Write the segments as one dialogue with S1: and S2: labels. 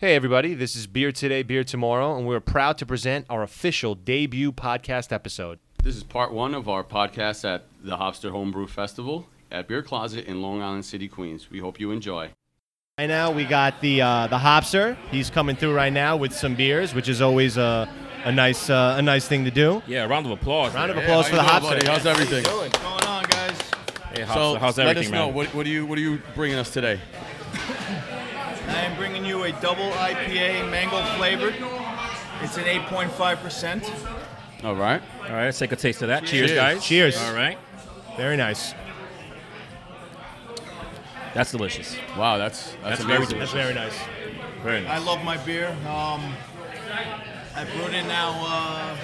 S1: Hey, everybody, this is Beer Today, Beer Tomorrow, and we're proud to present our official debut podcast episode.
S2: This is part one of our podcast at the Hopster Homebrew Festival at Beer Closet in Long Island City, Queens. We hope you enjoy.
S1: Right now, we got the uh, the Hopster. He's coming through right now with some beers, which is always a, a, nice, uh, a nice thing to do.
S3: Yeah, round of applause.
S1: Round of applause for the Hopster.
S2: How's everything?
S4: What's going on, guys?
S3: Hey, how's, how's everything, man?
S2: What, what, are you, what are you bringing us today?
S4: I am bringing you a double IPA, mango flavored. It's an 8.5%.
S2: All right.
S3: All right, let's take a taste of that. Cheers,
S2: Cheers.
S3: guys.
S1: Cheers.
S3: All right,
S1: Very nice.
S3: that's delicious.
S2: Wow, that's that's,
S3: That's very
S2: amazing.
S1: That's very nice.
S3: Very nice.
S4: I love my beer. Um, I brewed it now uh,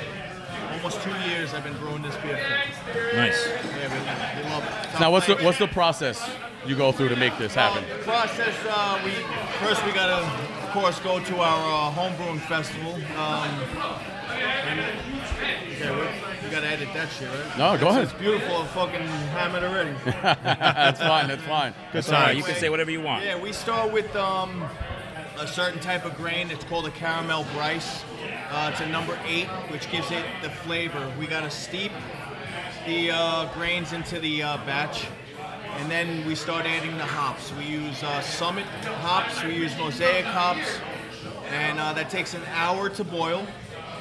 S4: almost two years. I've been brewing this beer. For.
S3: Nice.
S4: Yeah, we, we love it. Top
S2: Now, what's the
S4: notch.
S2: what's the process you go through to make this
S4: Well,
S2: happen?
S4: the process? Uh, we first we gotta, of course, go to our uh, home brewing festival. Um, and- okay, we, we gotta edit that shit, right?
S2: No, go ahead.
S4: It's beautiful. I fucking hammered already.
S2: that's fine. That's fine.
S3: That's all right. You can say whatever you want.
S4: Yeah, we start with um, a certain type of grain. It's called a caramel brice. Uh, it's a number eight, which gives it the flavor. We gotta steep the uh, grains into the uh, batch, and then we start adding the hops. We use uh, Summit hops. We use Mosaic hops, and uh, that takes an hour to boil.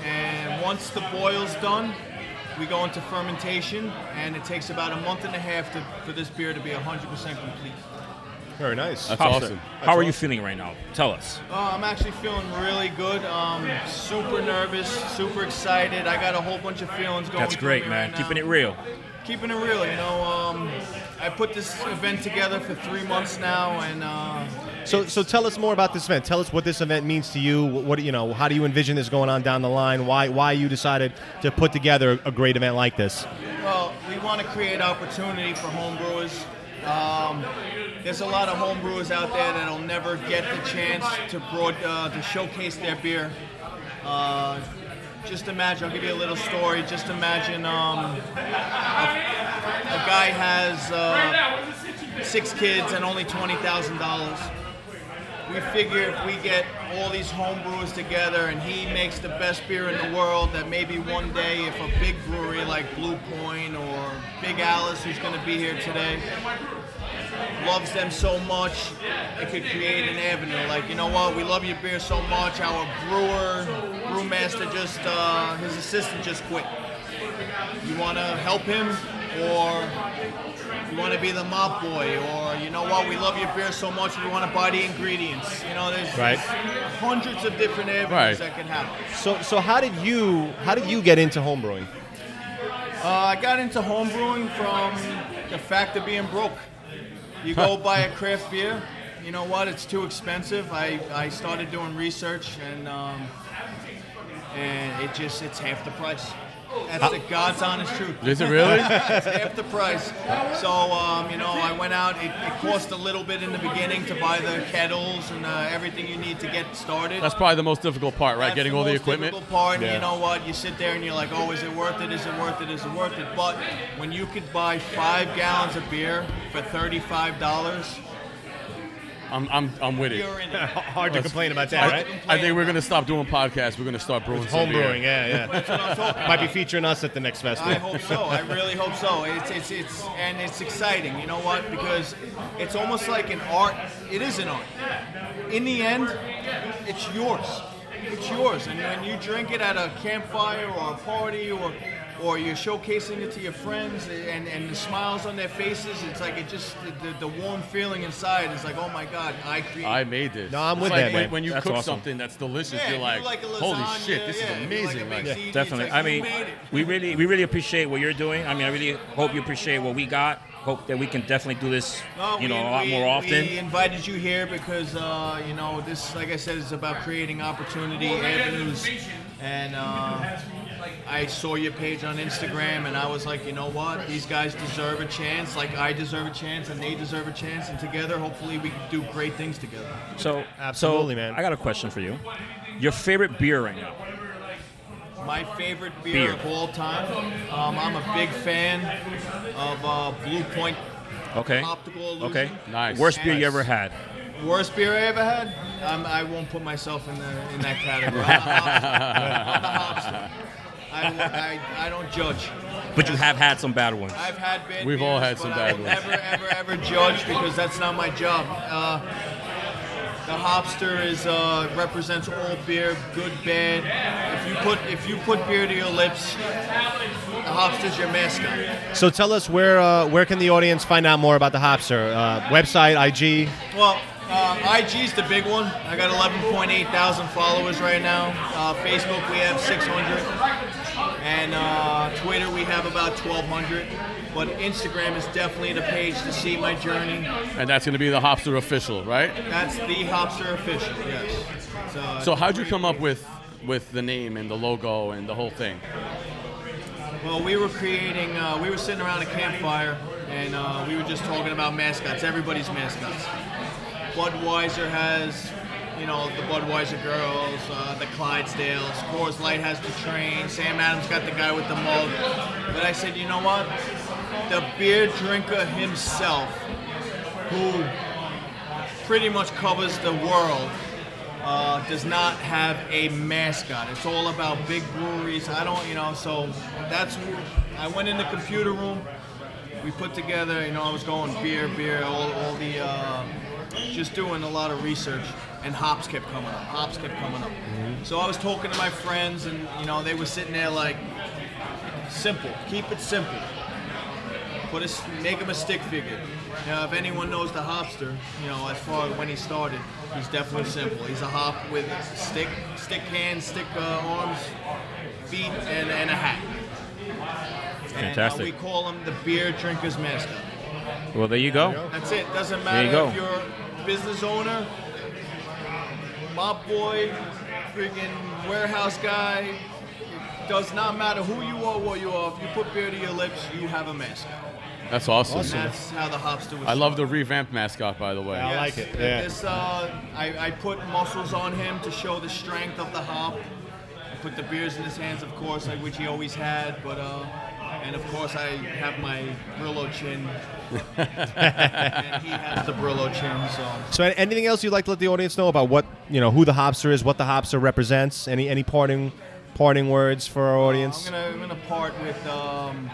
S4: And once the boil's done. We go into fermentation, and it takes about a month and a half to, for this beer to be 100% complete.
S1: Very nice.
S2: That's
S3: Hopster,
S2: awesome.
S3: How are you feeling right now? Tell us.
S4: Uh, I'm actually feeling really good. Um, super nervous, super excited. I got a whole bunch of feelings going.
S3: That's
S4: through
S3: great,
S4: me
S3: man.
S4: right
S3: Keeping
S4: now.
S3: it real.
S4: Keeping it real. You know, um, I put this event together for three months now, and uh,
S1: So, so tell us more about this event. Tell us what this event means to you. What, what you know? How do you envision this going on down the line? Why, why you decided to put together a great event like this?
S4: well, we want to create opportunity for homebrewers. Um, there's a lot of homebrewers out there that'll never get the chance to broad uh, to showcase their beer. Uh, just imagine. I'll give you a little story. Just imagine. Um, a guy has uh, six kids and only twenty thousand dollars. We figure if we get all these homebrewers together and he makes the best beer in the world, that maybe one day, if a big brewery like Blue Point or Big Alice, who's going to be here today, loves them so much, it could create an avenue. Like, you know what? We love your beer so much. Our brewer, brewmaster, just uh, his assistant just quit. You want to help him, or you want to be the mop boy, or you know what? We love your beer so much. We want to buy the ingredients. You know, there's
S1: Right.
S4: hundreds of different avenues
S2: Right.
S4: that can happen.
S1: So, so how did you, how did you get into homebrewing?
S4: Uh, I got into homebrewing from the fact of being broke. You go buy a craft beer, you know what? It's too expensive. I, I started doing research, and um, and it just it's half the price. That's the God's honest truth.
S2: Is it really?
S4: It's half the price. So um, you know, I went out. It, it cost a little bit in the beginning to buy the kettles and uh, everything you need to get started.
S2: That's probably the most difficult part, right?
S4: That's
S2: Getting all the
S4: most
S2: equipment.
S4: difficult part, and
S1: Yeah.
S4: you know what? You sit there and you're like, oh, is it worth it? Is it worth it? Is it worth it? But when you could buy five gallons of beer for thirty-five dollars,
S2: I'm I'm I'm with it.
S4: you're in it.
S1: Hard to complain about
S2: I,
S1: that, right?
S2: I think we're gonna stop doing podcasts. We're gonna start brewing some beer.
S1: Homebrewing, yeah, yeah.
S4: That's what I'm talking
S1: Might be
S4: about.
S1: featuring us at the next
S4: I
S1: festival.
S4: hope so. I really hope so. It's it's it's and it's exciting. You know what? Because it's almost like an art. It is an art. In the end, it's yours. It's yours. And when you drink it at a campfire or a party or or you're showcasing it to your friends and, and the smiles on their faces, it's like it just the, the warm feeling inside is like, oh my god, I created.
S2: I made this.
S1: No, I'm
S2: It's
S1: with
S2: like
S1: that,
S2: when,
S1: man.
S2: When you
S3: That's
S2: cook
S3: awesome.
S2: something that's delicious,
S4: Yeah,
S2: you're
S4: you
S2: like,
S4: like a
S2: holy
S4: lasagna,
S2: shit, this
S4: yeah,
S2: is
S4: you like
S2: amazing.
S4: a
S2: Like,
S4: big- It's easy.
S3: Definitely.
S4: It's
S3: I
S4: like
S3: mean,
S4: you made it.
S3: we really we really appreciate what you're doing. I mean, I really hope you appreciate what we got. Hope that we can definitely do this,
S4: No,
S3: you
S4: Oh, we-
S3: know, a lot
S4: we-
S3: more
S4: We
S3: often.
S4: invited you here because uh, you know this, like I said, is about creating opportunity avenues. And uh, I saw your page on Instagram, and I was like, you know what, these guys deserve a chance. Like I deserve a chance, and they deserve a chance, and together, hopefully, we can do great things together.
S3: So,
S1: Absolutely,
S3: so
S1: man.
S3: I got a question for you. Your favorite beer right now?
S4: My favorite beer,
S3: Beer.
S4: of all time. Um, I'm a big fan of uh, Blue Point
S3: Okay.
S4: Optical Illusion.
S3: Okay.
S2: Nice.
S3: Worst beer you
S2: Nice.
S3: ever had?
S4: Worst beer I ever had? I'm, I won't put myself in, the, in that category. I'm the hopster. I'm the hopster. I, won't- I, I don't judge.
S3: But you have had some bad ones.
S4: I've had bad
S5: We've all
S4: beers,
S5: had some
S4: but
S5: bad
S4: I will
S5: ones.
S4: Never, ever, ever judge because that's not my job. Uh, the hopster is uh, represents all beer, good, bad. If you put if you put beer to your lips, the hopster's your mascot.
S1: So tell us where uh, where can the audience find out more about the Hopster? Uh, website, IG.
S4: Well, uh, IG's the big one. I got 11.8 thousand followers right now. Uh, Facebook, we have 600. And uh, Twitter, we have about 1,200. But Instagram is definitely the page to see my journey.
S5: And that's going to be the Hopster official, right?
S4: That's the Hopster official, yes. So, uh,
S5: So how'd you come up with with the name and the logo and the whole thing?
S4: well, we were creating, uh, we were sitting around a campfire and uh, we were just talking about mascots, everybody's mascots. Budweiser has, you know, the Budweiser girls, uh, the Clydesdales. Coors Light has the train. Sam Adams got the guy with the mug. But I said, you know what? The beer drinker himself, who pretty much covers the world, uh, does not have a mascot. It's all about big breweries. I don't, you know, so that's. I went in the computer room. We put together, you know, I was going beer, beer, all, all the, uh, just doing a lot of research, and hops kept coming up. Hops kept coming up.
S3: Mm-hmm.
S4: So I was talking to my friends, and you know, they were sitting there like, simple. Keep it simple. Put a s make him a stick figure. Now, if anyone knows the hopster, you know, as far as when he started, he's definitely simple. He's a hop with stick, stick hands, stick uh, arms, feet, and, and a hat. And, uh,
S3: Fantastic.
S4: we call him the beer drinker's master.
S3: Well, there you go.
S4: That's it. Doesn't
S3: There
S4: matter
S3: you
S4: if
S3: go.
S4: you're a business owner, mop boy, freaking warehouse guy. It does not matter who you are, what you are. If you put beer to your lips, you have a mascot.
S5: That's awesome.
S4: That's how the hopster was.
S5: I love the revamped mascot, by the way.
S1: Yeah. I like it, yeah.
S4: This, uh, I, I put muscles on him to show the strength of the hop. I put the beers in his hands, of course, like, which he always had. But uh, and of course, I have my Brillo chin, and he has the Brillo chin. So
S1: So a- anything else you'd like to let the audience know about what you know, who the Hopster is, what the Hopster represents? Any any parting parting words for our audience?
S4: I'm gonna, I'm gonna part with um,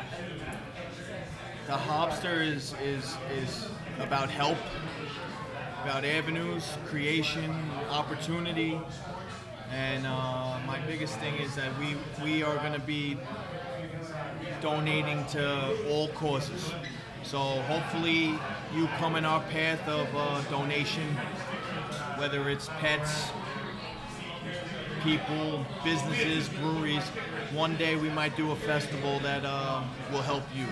S4: the Hopster is is is about help, about avenues, creation, opportunity, and uh, my biggest thing is that we we are gonna be donating to all causes. So hopefully you come in our path of uh, donation, whether it's pets, people, businesses, breweries. One day we might do a festival that uh, will help you.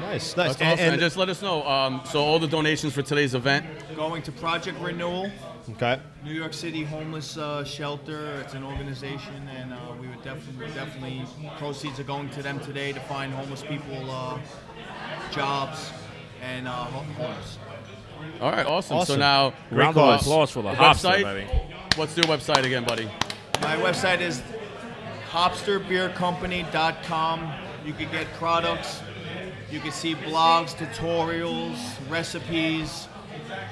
S1: nice, nice.
S5: That's awesome. And,
S1: And- and-
S5: just let us know. Um, so all the donations for today's event.
S4: Going to Project Renewal,
S1: okay.
S4: New York City homeless uh, shelter. It's an organization, and uh, we would definitely, definitely proceeds are going to them today to find homeless people uh, jobs and uh, ho- homes.
S5: All right, awesome. So
S1: Awesome.
S5: now,
S1: Great
S3: Round of
S1: cause.
S3: applause for the
S5: website.
S3: hopster, baby.
S5: What's your website again, buddy?
S4: My website is hopsterbeercompany.com. You can get products. You can see blogs, tutorials, recipes.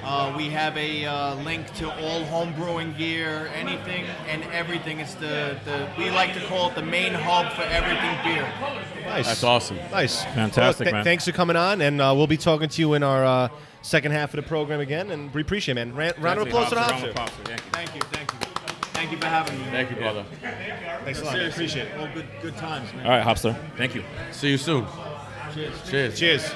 S4: Uh, we have a uh, link to all home brewing gear, anything and everything. It's the, the we like to call it the main hub for everything beer.
S1: Nice.
S5: That's awesome.
S1: Nice.
S3: Fantastic,
S1: Well,
S3: man.
S1: Thanks for coming on, and uh, we'll be talking to you in our uh, second half of the program again, and we appreciate it, man. Round, round of applause to the
S3: Round of
S1: Hopster.
S3: applause, thank
S4: Thank you,
S3: you.
S4: thank you, thank you for having me.
S5: Thank you, brother.
S1: Thanks a lot. man.
S4: Seriously,
S1: Appreciate it.
S4: All good, good times, man.
S3: All right, hopster. Thank you.
S5: See you soon.
S4: Cheers.
S5: Cheers.
S1: Cheers.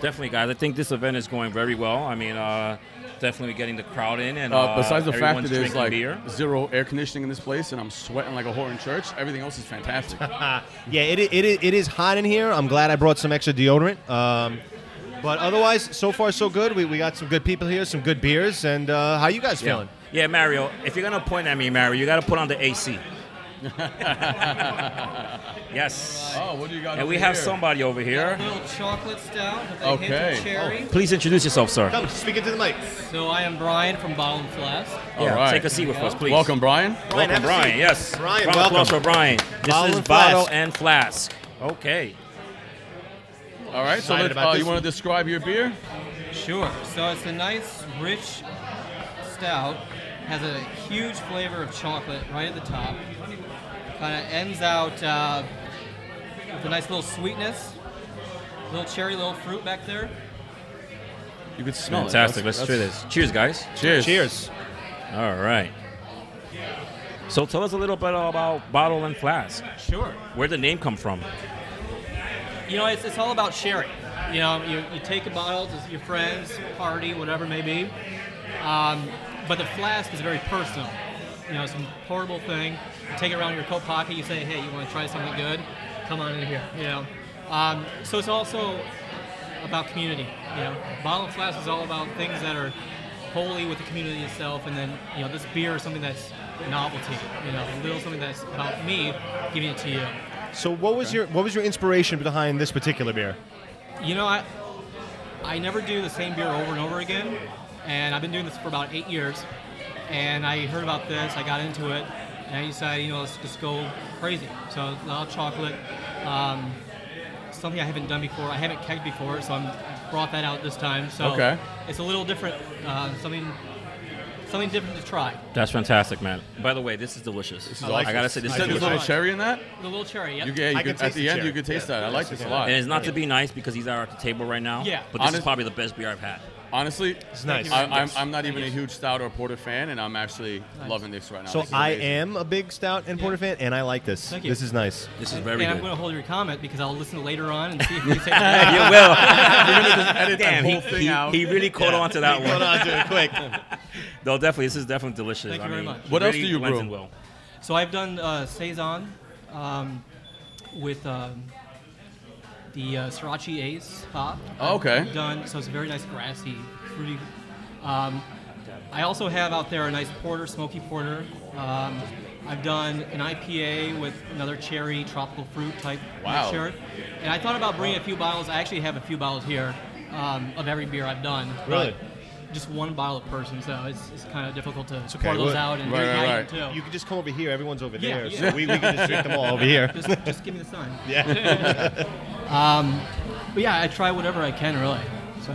S3: Definitely, guys. I think this event is going very well. I mean, uh, definitely getting the crowd in, and
S5: Uh, besides the fact
S3: everyone's
S5: that there's
S3: drinking
S5: like
S3: beer.
S5: zero air conditioning in this place and I'm sweating like a whore in church, everything else is fantastic.
S1: Yeah, it, i- it, i- it is hot in here. I'm glad I brought some extra deodorant. Um, but otherwise, so far so good. We, we got some good people here, some good beers, and uh, how you guys
S3: Yeah.
S1: feeling?
S3: yeah, Mario. If you're gonna point at me, Mario, you gotta put on the AC. yes.
S5: oh, what do you got?
S3: And we
S5: over
S3: have
S5: here?
S3: somebody over here.
S6: Little chocolate stout with a hint
S5: Okay. Oh.
S6: of cherry.
S3: Please introduce yourself, sir.
S1: Come, speak into the mic.
S6: So I am Brian from Bottom Flask.
S5: All
S3: yeah,
S5: right.
S3: Take a seat with us, please.
S5: Welcome, Brian.
S1: Brian, have
S3: Welcome,
S1: a
S3: Brian.
S1: seat.
S3: Yes.
S1: Brian,
S3: Round of
S1: welcome.
S3: applause for Brian. This
S1: Bottle
S3: is
S1: and
S3: bottle
S1: flask.
S3: and flask. Okay.
S5: All right, so
S1: Excited
S5: let,
S1: about
S5: uh,
S1: this
S5: you
S1: one.
S5: want to describe your beer?
S6: Sure. So it's a nice, rich stout has a huge flavor of chocolate right at the top. Kind of ends out uh, with a nice little sweetness, little cherry, little fruit back there.
S5: You could smell
S3: Fantastic.
S5: it.
S3: Let's
S5: That's-
S3: try this. Cheers, guys.
S5: that's- Cheers.
S1: Cheers.
S3: All right. So tell us a little bit about bottle and flask.
S6: Sure.
S3: Where the name come from?
S6: You know, it's, it's all about sharing. You know, you, you take a bottle to your friends, party, whatever it may be. Um, but the flask is very personal. You know, it's a portable thing. You take it around in your coat pocket. You say, hey, you want to try something good? Come on in here. You know. Um, so it's also about community. You know, bottle and flask is all about things that are wholly with the community itself, and then you know, this beer is something that's novelty. You know, a little something that's about me giving it to you.
S1: So what was your what was your inspiration behind this particular beer?
S6: You know, I I never do the same beer over and over again, and I've been doing this for about eight years. And I heard about this, I got into it, and I decided, you know, let's just go crazy. So a lot of chocolate, um, something I haven't done before. I haven't kegged before, so I'm I brought that out this time. So
S5: Okay.
S6: it's a little different, uh, something something different to try.
S3: That's fantastic, man. By the way, this is delicious.
S5: This is
S1: like
S5: awesome.
S3: I gotta say, this
S5: You
S3: is
S5: said there's a
S3: delicious.
S5: little cherry in that.
S6: The little cherry, yep.
S5: You, yeah,
S1: I
S5: you
S1: can
S5: could, at
S1: taste
S5: the
S1: the
S5: end,
S1: cherry.
S5: you could taste
S1: Yeah.
S5: that. I like this a lot.
S3: And it's not to be nice because he's out at the table right now.
S6: Yeah.
S3: But this is
S5: Honest-
S3: probably the best beer I've had.
S5: Honestly,
S1: It's nice.
S5: I, I'm, I'm not even a huge stout or porter fan, and I'm actually loving this right now.
S1: so
S5: This is
S1: I
S5: amazing.
S1: am a big stout and porter fan, and I like this.
S6: Thank you.
S1: This is nice.
S3: This is very
S6: Uh, and I'm
S3: good.
S6: going to hold your comment because I'll listen later on and see if you say
S3: you
S6: that.
S3: will.
S5: edit
S3: Damn,
S5: the
S3: he,
S5: whole thing
S3: he,
S5: out.
S3: he really caught on to that one.
S1: quick.
S3: No, definitely, this is definitely delicious.
S6: Thank you
S3: I
S6: very
S3: mean,
S6: much.
S3: it
S5: What else
S3: really
S5: do you
S3: blends
S5: brew?
S3: in Well.
S6: So I've done uh, saison um, with um, the uh, Sriracha Ace hop.
S5: Oh, okay.
S6: I've done so it's a very nice grassy, fruity. Um, I also have out there a nice porter, smoky porter. Um, I've done an IPA with another cherry, tropical fruit type
S5: Wow.
S6: mixture. And I thought about bringing a few bottles. I actually have a few bottles here um, of every beer I've done. but
S1: Really?
S6: Just one bottle a person, so it's, it's kind of difficult to
S1: okay.
S6: pour those
S1: Well,
S6: out and
S5: right, right,
S6: ignite
S5: right.
S6: them too.
S1: You can just come over here. Everyone's over
S6: Yeah,
S1: there.
S6: yeah.
S1: So we, we can just drink them all over here.
S6: just, just give me the sign. Um,
S1: Yeah. Um,
S6: But yeah, I try whatever I can, really. So,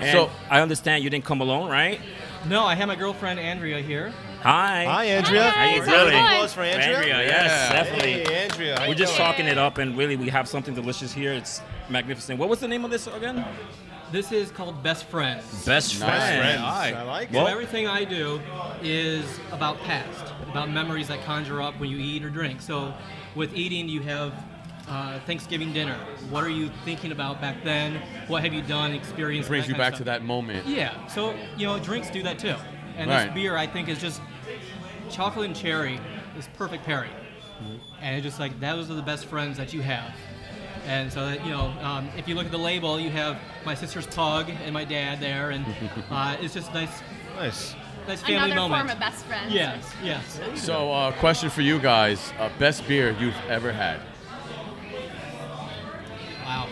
S3: And
S5: So-
S3: I understand you didn't come alone, right?
S6: no, I have my girlfriend Andrea here.
S3: Hi.
S1: Hi,
S7: Hi,
S1: Andrea.
S3: guys. Really?
S1: Round of applause for Andrea.
S3: Andrea, yes,
S5: Yeah.
S3: definitely.
S1: Hey, Andrea. how
S3: We're
S1: you
S3: just
S1: doing?
S3: talking it up, and really, we have something delicious here. It's magnificent. What was the name of this again?
S6: This is called Best Friends.
S3: Best
S5: Nice. Friends.
S1: Friends. I like
S6: So
S3: Well,
S6: everything I do is about past, about memories that conjure up when you eat or drink. So, with eating, you have uh, Thanksgiving dinner. What are you thinking about back then? What have you done, experienced?
S5: Brings you
S6: kind of
S5: back to
S6: stuff.
S5: that moment.
S6: Yeah. So you know, drinks do that too. And
S5: Right.
S6: this beer, I think, is just chocolate and cherry is perfect pairing.
S5: Mm-hmm.
S6: And it's just like those are the best friends that you have. And so that you know, um, if you look at the label, you have my sister's pug and my dad there, and uh, it's just nice,
S1: Nice.
S6: nice family
S7: Another
S6: moment.
S7: form of best friends.
S6: yes. Yes.
S5: So, uh, question for you guys: uh, best beer you've ever had?
S6: Wow.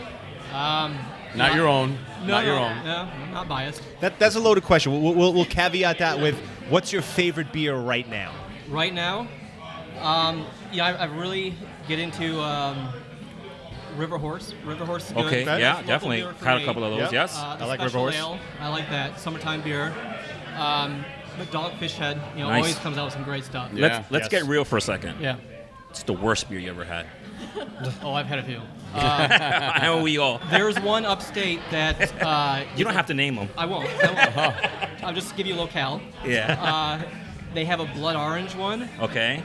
S6: Um,
S5: Not your own.
S6: No,
S5: not
S6: no,
S5: your own.
S6: No, I'm not biased.
S1: That, that's a loaded question. We'll, we'll, we'll caveat that with what's your favorite beer right now?
S6: right now. Um, yeah, I, I really get into um, River Horse. River Horse is good.
S3: okay,
S1: Okay.
S3: yeah,
S6: Local
S3: definitely.
S6: beer for
S3: Had a
S6: me.
S3: couple of those,
S1: Yeah.
S3: yes.
S6: Uh, the
S1: I like River
S6: Special
S1: Horse.
S6: Ale, I like that summertime beer. Um, but Dogfish Head, you know,
S3: Nice.
S6: always comes out with some great stuff.
S5: Yeah.
S3: let's let's
S1: Yes.
S3: get real for a second.
S6: Yeah.
S3: It's the worst beer you ever had.
S6: Oh, I've had a few.
S3: I know we all.
S6: There's one upstate that uh,
S3: You don't have to name them.
S6: I won't. I won't. I'll just give you locale.
S3: Yeah.
S6: Uh, they have a blood orange one.
S3: okay.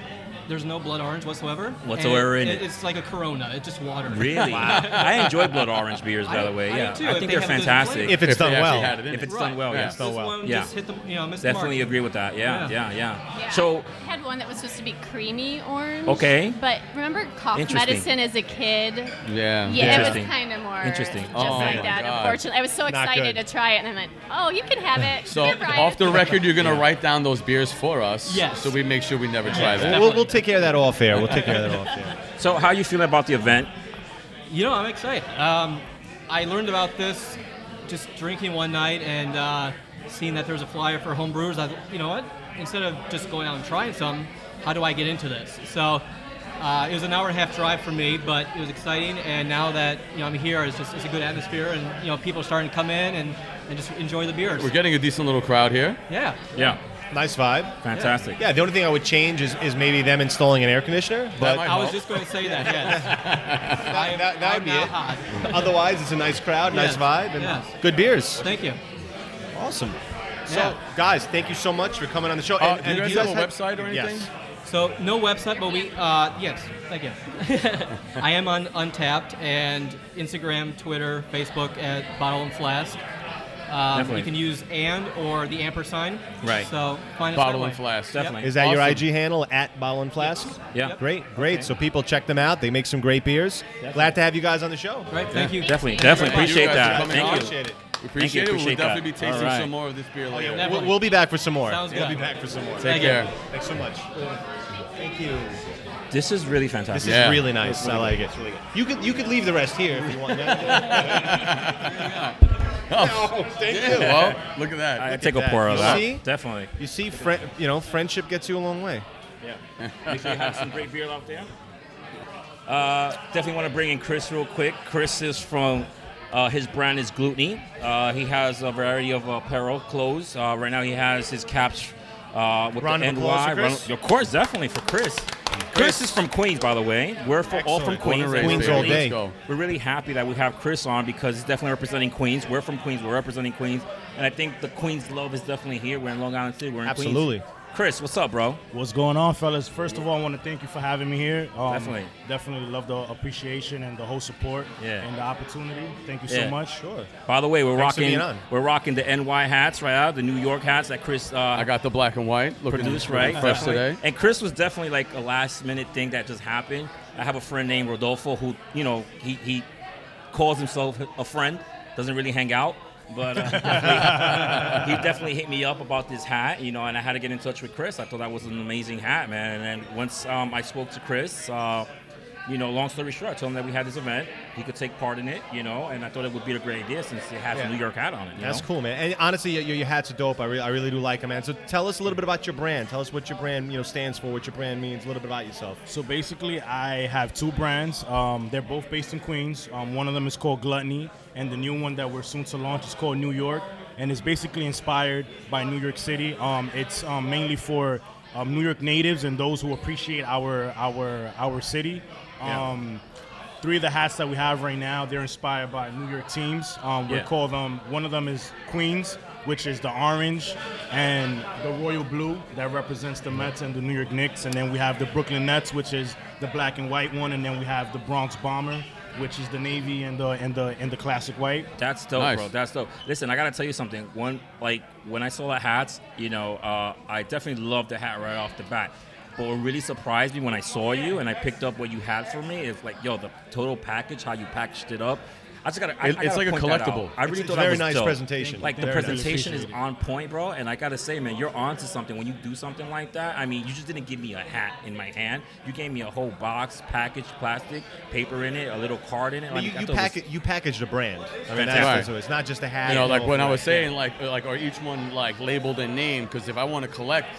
S6: There's no blood orange whatsoever. And
S3: Whatsoever in it.
S6: It's like a Corona. It's just water.
S3: Really? I enjoy blood orange beers, by
S6: I-
S3: the way.
S6: I do
S3: yeah,
S6: too,
S3: I
S6: if
S3: think
S6: they
S3: they're
S6: have a good
S3: fantastic.
S6: flavor.
S1: If it's
S5: they
S1: done
S5: actually
S1: well.
S5: had it in
S3: If
S5: it.
S3: it's done well,
S6: yeah.
S3: yes.
S1: It's done
S6: This
S1: well.
S6: one
S3: Yeah.
S6: just hit the, you know, missed the
S3: Definitely
S6: mark.
S3: agree with that. Yeah, yeah,
S6: Yeah.
S3: yeah.
S7: Yeah.
S3: So,
S7: I had one that was supposed to be creamy orange.
S3: Okay.
S7: But remember cough
S3: Interesting.
S7: medicine as a kid? Yeah,
S5: Yeah.
S7: it
S3: Interesting.
S7: was kind of more
S3: Interesting.
S7: just
S5: Oh my
S7: like that.
S5: God.
S7: Unfortunately, I was so
S1: Not
S7: excited
S1: good.
S7: to try it, and I went, "Oh, you can have it."
S5: So,
S7: Here, Brian.
S5: off the record, you're gonna write down those beers for us.
S6: Yes.
S5: So we make sure we never try
S6: Yes.
S5: that.
S1: We'll, we'll take care of that off air. We'll take care of that off air.
S3: so how you feeling about the event?
S6: You know, I'm excited. Um, I learned about this just drinking one night and uh, seeing that there's a flyer for home brewers. I, you know what? Instead of just going out and trying some, how do I get into this? So uh, it was an hour and a half drive for me, but it was exciting. And now that you know I'm here, it's just it's a good atmosphere, and you know people are starting to come in, and and just enjoy the beers.
S5: We're getting a decent little crowd here.
S6: yeah.
S3: Yeah,
S1: Nice vibe.
S3: fantastic.
S1: Yeah, the only thing I would change is, is maybe them installing an air conditioner, but
S5: might
S6: I was
S5: help.
S6: just going to say that. Yes. I am-
S1: that- that would
S6: I'm
S1: be
S6: now
S1: it.
S6: hot.
S1: otherwise it's a nice crowd, nice
S6: Yes,
S1: vibe, and
S6: yes.
S1: good beers.
S6: Thank you.
S1: Awesome. So,
S6: Yeah.
S1: guys, thank you so much for coming on the show.
S5: Uh, do you
S1: if
S5: guys have a website or anything?
S1: Yes.
S6: So no website, but we uh, yes, thank you. I am on Untapped and Instagram, Twitter, Facebook at Bottle and Flask. Um,
S3: Definitely.
S6: you can use and or the ampersand.
S3: Right.
S6: So find us that
S5: Bottle and
S6: way.
S5: flask.
S3: Definitely.
S1: Is that your
S3: Awesome.
S1: IG handle at Bottle and Flask?
S3: Yeah.
S6: Yep.
S1: Great, great.
S3: Okay.
S1: So people check them out. They make some great beers. Glad to have you guys on the show.
S6: Right. Thank you.
S3: Definitely,
S7: Thank
S3: definitely
S7: you.
S3: appreciate
S5: Thank you guys
S3: that.
S5: for coming
S3: Thank
S5: on.
S3: you.
S1: Appreciate it.
S5: We appreciate it. We'll
S3: appreciate that.
S5: definitely be tasting
S3: All right.
S5: some more of this beer later.
S6: yeah.
S1: We'll, we'll be back for some more.
S6: Sounds
S1: We'll
S6: good.
S1: be back for some more.
S5: Take
S6: Thank you.
S5: care.
S1: Thanks so much. Thank you.
S3: This is really
S1: This
S3: fantastic.
S5: Yeah.
S1: is really nice. I like it. You could you could leave the rest here if you want. no, thank
S5: Yeah,
S1: you.
S5: well, look at that.
S3: I
S1: Look
S3: take
S1: at
S3: a
S1: that.
S3: pour of
S1: You
S3: that.
S1: see?
S3: Definitely.
S1: You see, fri you know, friendship gets you a long way.
S3: Make sure you have some great beer out there. Uh, definitely want to bring in Chris real quick. Chris is from uh, his brand is Gluteny. Uh, he has a variety of uh, apparel, clothes. Uh, right now, he has his caps uh, with
S1: Round
S3: the
S1: of
S3: NY.
S1: applause for Chris.
S3: of course, definitely for Chris. Chris. is from Queens, by the way. We're from, all from
S1: Excellent.
S3: Queens.
S5: Corner raised
S1: Queens
S5: beer.
S1: all
S5: Let's
S1: day.
S5: go.
S3: We're really happy that we have Chris on because he's definitely representing Queens. We're from Queens. We're representing Queens, and I think the Queens love is definitely here. We're in Long Island City. We're in Queens.
S1: Absolutely.
S3: Chris, what's up, bro?
S8: What's going on, fellas? First of all, I want to thank you for having me here. Um,
S3: Definitely.
S8: Definitely love the appreciation and the whole support
S3: Yeah.
S8: and the opportunity. Thank you
S3: Yeah.
S8: so much. Sure.
S3: By the way, we're
S1: Thanks for
S3: rocking
S1: being on.
S3: we're rocking the NY hats right out, the New York hats that Chris
S5: I
S3: uh,
S5: got the black and white. Looking
S3: produced
S5: looking
S3: right
S5: fresh
S3: Definitely.
S5: today.
S3: And Chris was definitely like a last minute thing that just happened. I have a friend named Rodolfo who you know he he calls himself a friend, doesn't really hang out, but uh, definitely- he definitely hit me up about this hat, you know, and I had to get in touch with Chris. I thought that was an amazing hat, man. And then once um, I spoke to Chris. Uh, you know, long story short, I told him that we had this event. He could take part in it, you know, and I thought it would be a great idea since it has
S1: Yeah.
S3: a New York hat on it. you
S1: That's
S3: know?
S1: cool, man. And honestly, your, your hats are dope. I, re- I really do like them, man. So tell us a little bit about your brand. Tell us what your brand you know stands for, what your brand means, a little bit about yourself.
S8: So basically, I have two brands. Um, they're both based in Queens. Um, one of them is called Gluttony, and the new one that we're soon to launch is called New York, and it's basically inspired by New York City. Um, it's um, mainly for um, New York natives and those who appreciate our our our city. Um, Three of the hats that we have right now, they're inspired by New York teams. Um, we
S3: Yeah.
S8: call them. One of them is Queens, which is the orange, and the royal blue that represents the Mets and the New York Knicks. And then we have the Brooklyn Nets, which is the black and white one, and then we have the Bronx Bomber, which is the navy and the and the and the classic white.
S3: That's dope,
S5: Nice.
S3: bro. That's dope. Listen, I gotta tell you something. One, like when I saw the hats, you know, uh, I definitely loved the hat right off the bat. But what really surprised me when I saw you and I picked up what you had for me is like, yo, the total package, how you packaged it up. I just gotta. I,
S5: It-
S3: I
S5: it's like
S3: gotta
S5: a
S3: point that out.
S5: collectible.
S3: I really
S1: It's a
S3: thought that
S1: very
S3: was
S1: nice
S3: dope.
S1: presentation.
S3: Like the
S1: Very nice.
S3: presentation is
S8: Appreciate it.
S3: on point, bro. And I gotta say, man, you're onto something when you do something like that. I mean, you just didn't give me a hat in my hand. You gave me a whole box, package, plastic, paper in it, a little card in it.
S1: I mean,
S3: Like,
S1: you,
S3: I
S1: you,
S3: thought it was-
S1: pack it, you packaged a brand. I mean,
S3: Fantastic.
S1: that's, so it's not just a hat.
S5: You know,
S1: and
S5: like
S1: all
S5: when I
S1: that.
S5: was saying, like like are each one like labeled and named? Because if I want to collect,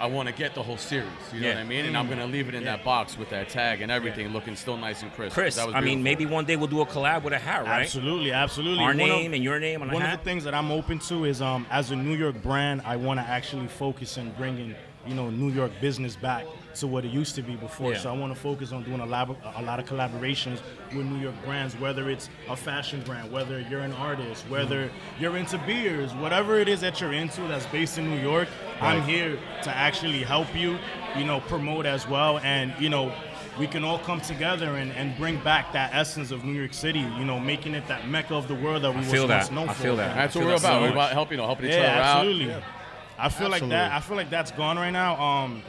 S5: I want to get the whole series. You know
S3: Yeah.
S5: what I mean? And I'm gonna leave it in that box with that tag and everything, looking still nice and crisp.
S3: Chris,
S5: that was
S3: I
S5: beautiful.
S3: mean, maybe one day we'll do a collab with a hat, right?
S8: Absolutely, absolutely.
S3: Our
S8: One of-
S3: name and your name on a
S8: one of
S3: hat?
S8: the things that I'm open to is um, as a New York brand, I want to actually focus on bringing you know New York business back to what it used to be before.
S3: Yeah.
S8: So I want to focus on doing a lot, a lot of collaborations with New York brands, whether it's a fashion brand, whether you're an artist, whether you're into beers, whatever it is that you're into that's based in New York. I'm here to actually help you, you know, promote as well, and you know. We can all come together and, and bring back that essence of New York City, you know, making it that mecca of the world that we
S3: I
S8: was
S3: feel
S8: once
S3: that.
S8: known
S3: I
S8: for.
S3: feel that.
S5: that's
S3: I
S5: what
S3: feel
S5: we're
S3: that so
S5: about. we're
S3: much.
S5: about helping, you know, helping each
S8: Yeah,
S5: other
S8: absolutely. I feel like
S1: Absolutely.
S8: that. I feel like that's gone right now. Um,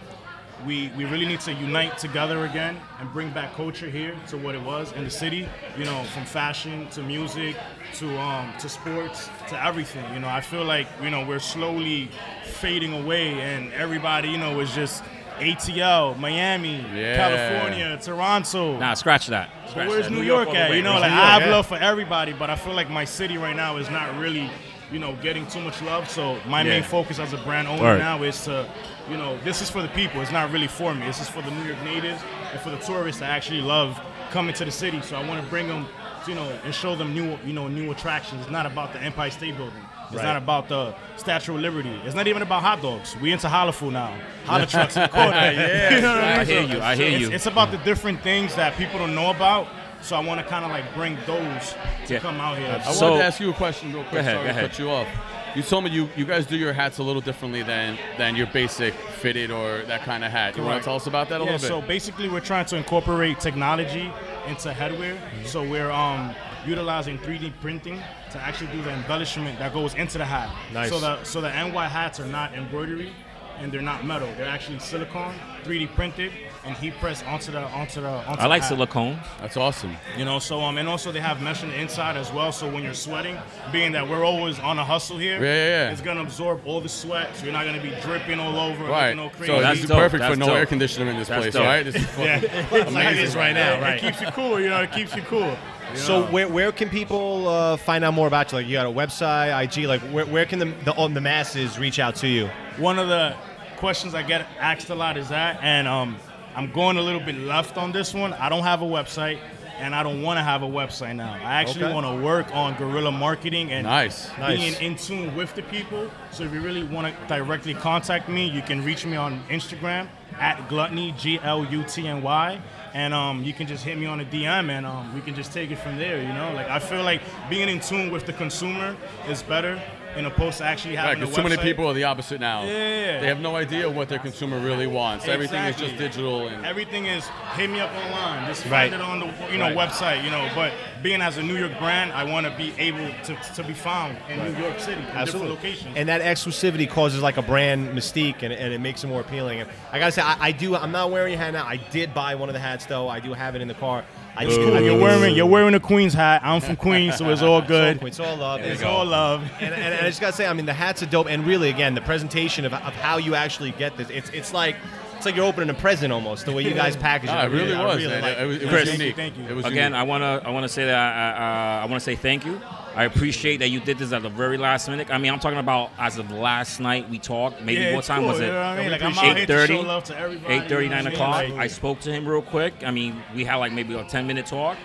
S8: we we really need to unite together again and bring back culture here to what it was in the city. You know, from fashion to music to um to sports to everything. You know, I feel like you know we're slowly fading away, and everybody you know is just ATL, Miami,
S5: Yeah.
S8: California, Toronto.
S3: Nah, scratch that.
S8: But
S3: Scratch
S8: where's
S3: that.
S8: New York
S3: all the
S8: at?
S3: way.
S8: You know,
S3: Where's
S8: like
S3: uh, New
S8: I
S3: York?
S8: have love for everybody, but I feel like my city right now is not really, you know, getting too much love. So my
S3: Yeah.
S8: main focus as a brand owner
S3: Word.
S8: now is to, you know, this is for the people. It's not really for me. This is for the New York natives and for the tourists that actually love coming to the city. So I want to bring them you know, and show them new, you know, new attractions. It's not about the Empire State Building. It's
S1: Right.
S8: not about the Statue of Liberty. It's not even about hot dogs. We into holla food now. Holla trucks in the corner. you know what I mean?
S3: I hear
S8: So-
S3: you, I
S8: so
S3: hear
S8: it's-
S3: you.
S8: It's about the different things that people don't know about. So I want to kind of like bring those to
S3: Yeah.
S8: come out here.
S5: I
S3: So-
S5: wanted to ask you a question real quick.
S3: ahead,
S5: Sorry
S3: go
S5: to
S3: ahead.
S5: cut you off. You told me you, you guys do your hats a little differently than than your basic fitted or that kind of hat. You want
S8: Correct.
S5: to tell us about that a
S8: yeah,
S5: little bit?
S8: so basically we're trying to incorporate technology into headwear.
S5: Mm-hmm.
S8: So we're um, utilizing 3D printing to actually do the embellishment that goes into the hat.
S1: Nice.
S8: So the so the NY hats are not embroidery and they're not metal. They're actually silicone, 3D printed, and heat pressed onto the onto the onto
S3: I like
S8: the hat.
S3: silicone.
S5: That's awesome.
S8: You know, so um, and also they have mesh on the inside as well. So when you're sweating, being that we're always on a hustle here,
S5: Yeah, yeah, yeah.
S8: it's gonna absorb all the sweat. So you're not gonna be dripping all over,
S5: Right.
S8: looking all crazy.
S5: so
S3: That's
S5: this is
S3: dope,
S5: perfect for
S3: that's
S5: no
S3: dope.
S5: air conditioner in this
S3: That's
S5: place,
S3: dope.
S5: right? This is fucking
S8: amazing right now, right? It keeps you cool, you know. It keeps you cool.
S1: So where, where can people uh, find out more about you? Like you got a website, IG. Like where, where can the the, oh, the masses reach out to you?
S8: One of the questions I get asked a lot is that, and um, I'm going a little bit left on this one. I don't have a website, and I don't want to have a website now. I actually
S1: Okay.
S8: want to work on guerrilla marketing and
S5: Nice.
S1: Nice.
S8: being in tune with the people. So if you really want to directly contact me, you can reach me on Instagram at gluttony g l u t n y, and um, you can just hit me on a DM, and um, we can just take it from there. You know, like I feel like being in tune with the consumer is better, in opposed to actually
S5: Right,
S8: having a
S5: because too many
S8: website.
S5: people are the opposite now.
S8: Yeah.
S5: They have no idea what their consumer really wants. Everything is just
S8: Exactly.
S5: digital and
S8: Everything is hit me up online. Just find
S1: Right.
S8: it on the you know
S5: Right.
S8: website, you know. But being as a New York brand, I want to be able to, to be found in New York City, in different locations.
S1: And that exclusivity causes like a brand mystique, and, and it makes it more appealing. And I gotta say, I, I do. I'm not wearing a hat now. I did buy one of the hats though. I do have it in the car. I just
S8: Cool. You're wearing you're wearing a Queens hat. I'm from Queens, so it's all good.
S1: It's all love.
S8: It's all love.
S1: and, and, and I just gotta say, I mean, the hats are dope, and really, again, the presentation of, of how you actually get this, it's it's like it's like you're opening a present almost. The way you guys package it,
S5: Ah, it really
S1: I
S5: was.
S1: really
S5: man.
S1: like
S5: it,
S1: it.
S5: was, it was
S3: Chris.
S5: unique.
S8: Thank you, thank you.
S5: It was
S3: Again,
S5: unique.
S3: I wanna I wanna say that uh, I, I, I wanna say thank you. I appreciate that you did this at the very last minute. I mean, I'm talking about as of last night we talked. Maybe
S8: Yeah,
S3: what
S8: it's
S3: time
S8: cool,
S3: was it?
S8: you know what I mean?
S3: We
S8: Like, I'm out
S3: appreciate
S8: here to show love to everybody, you
S3: 8:30,
S8: know
S3: 9
S8: what I mean?
S3: o'clock.
S8: Like-
S3: I spoke to him real quick. I mean, we had like maybe a 10 minute talk.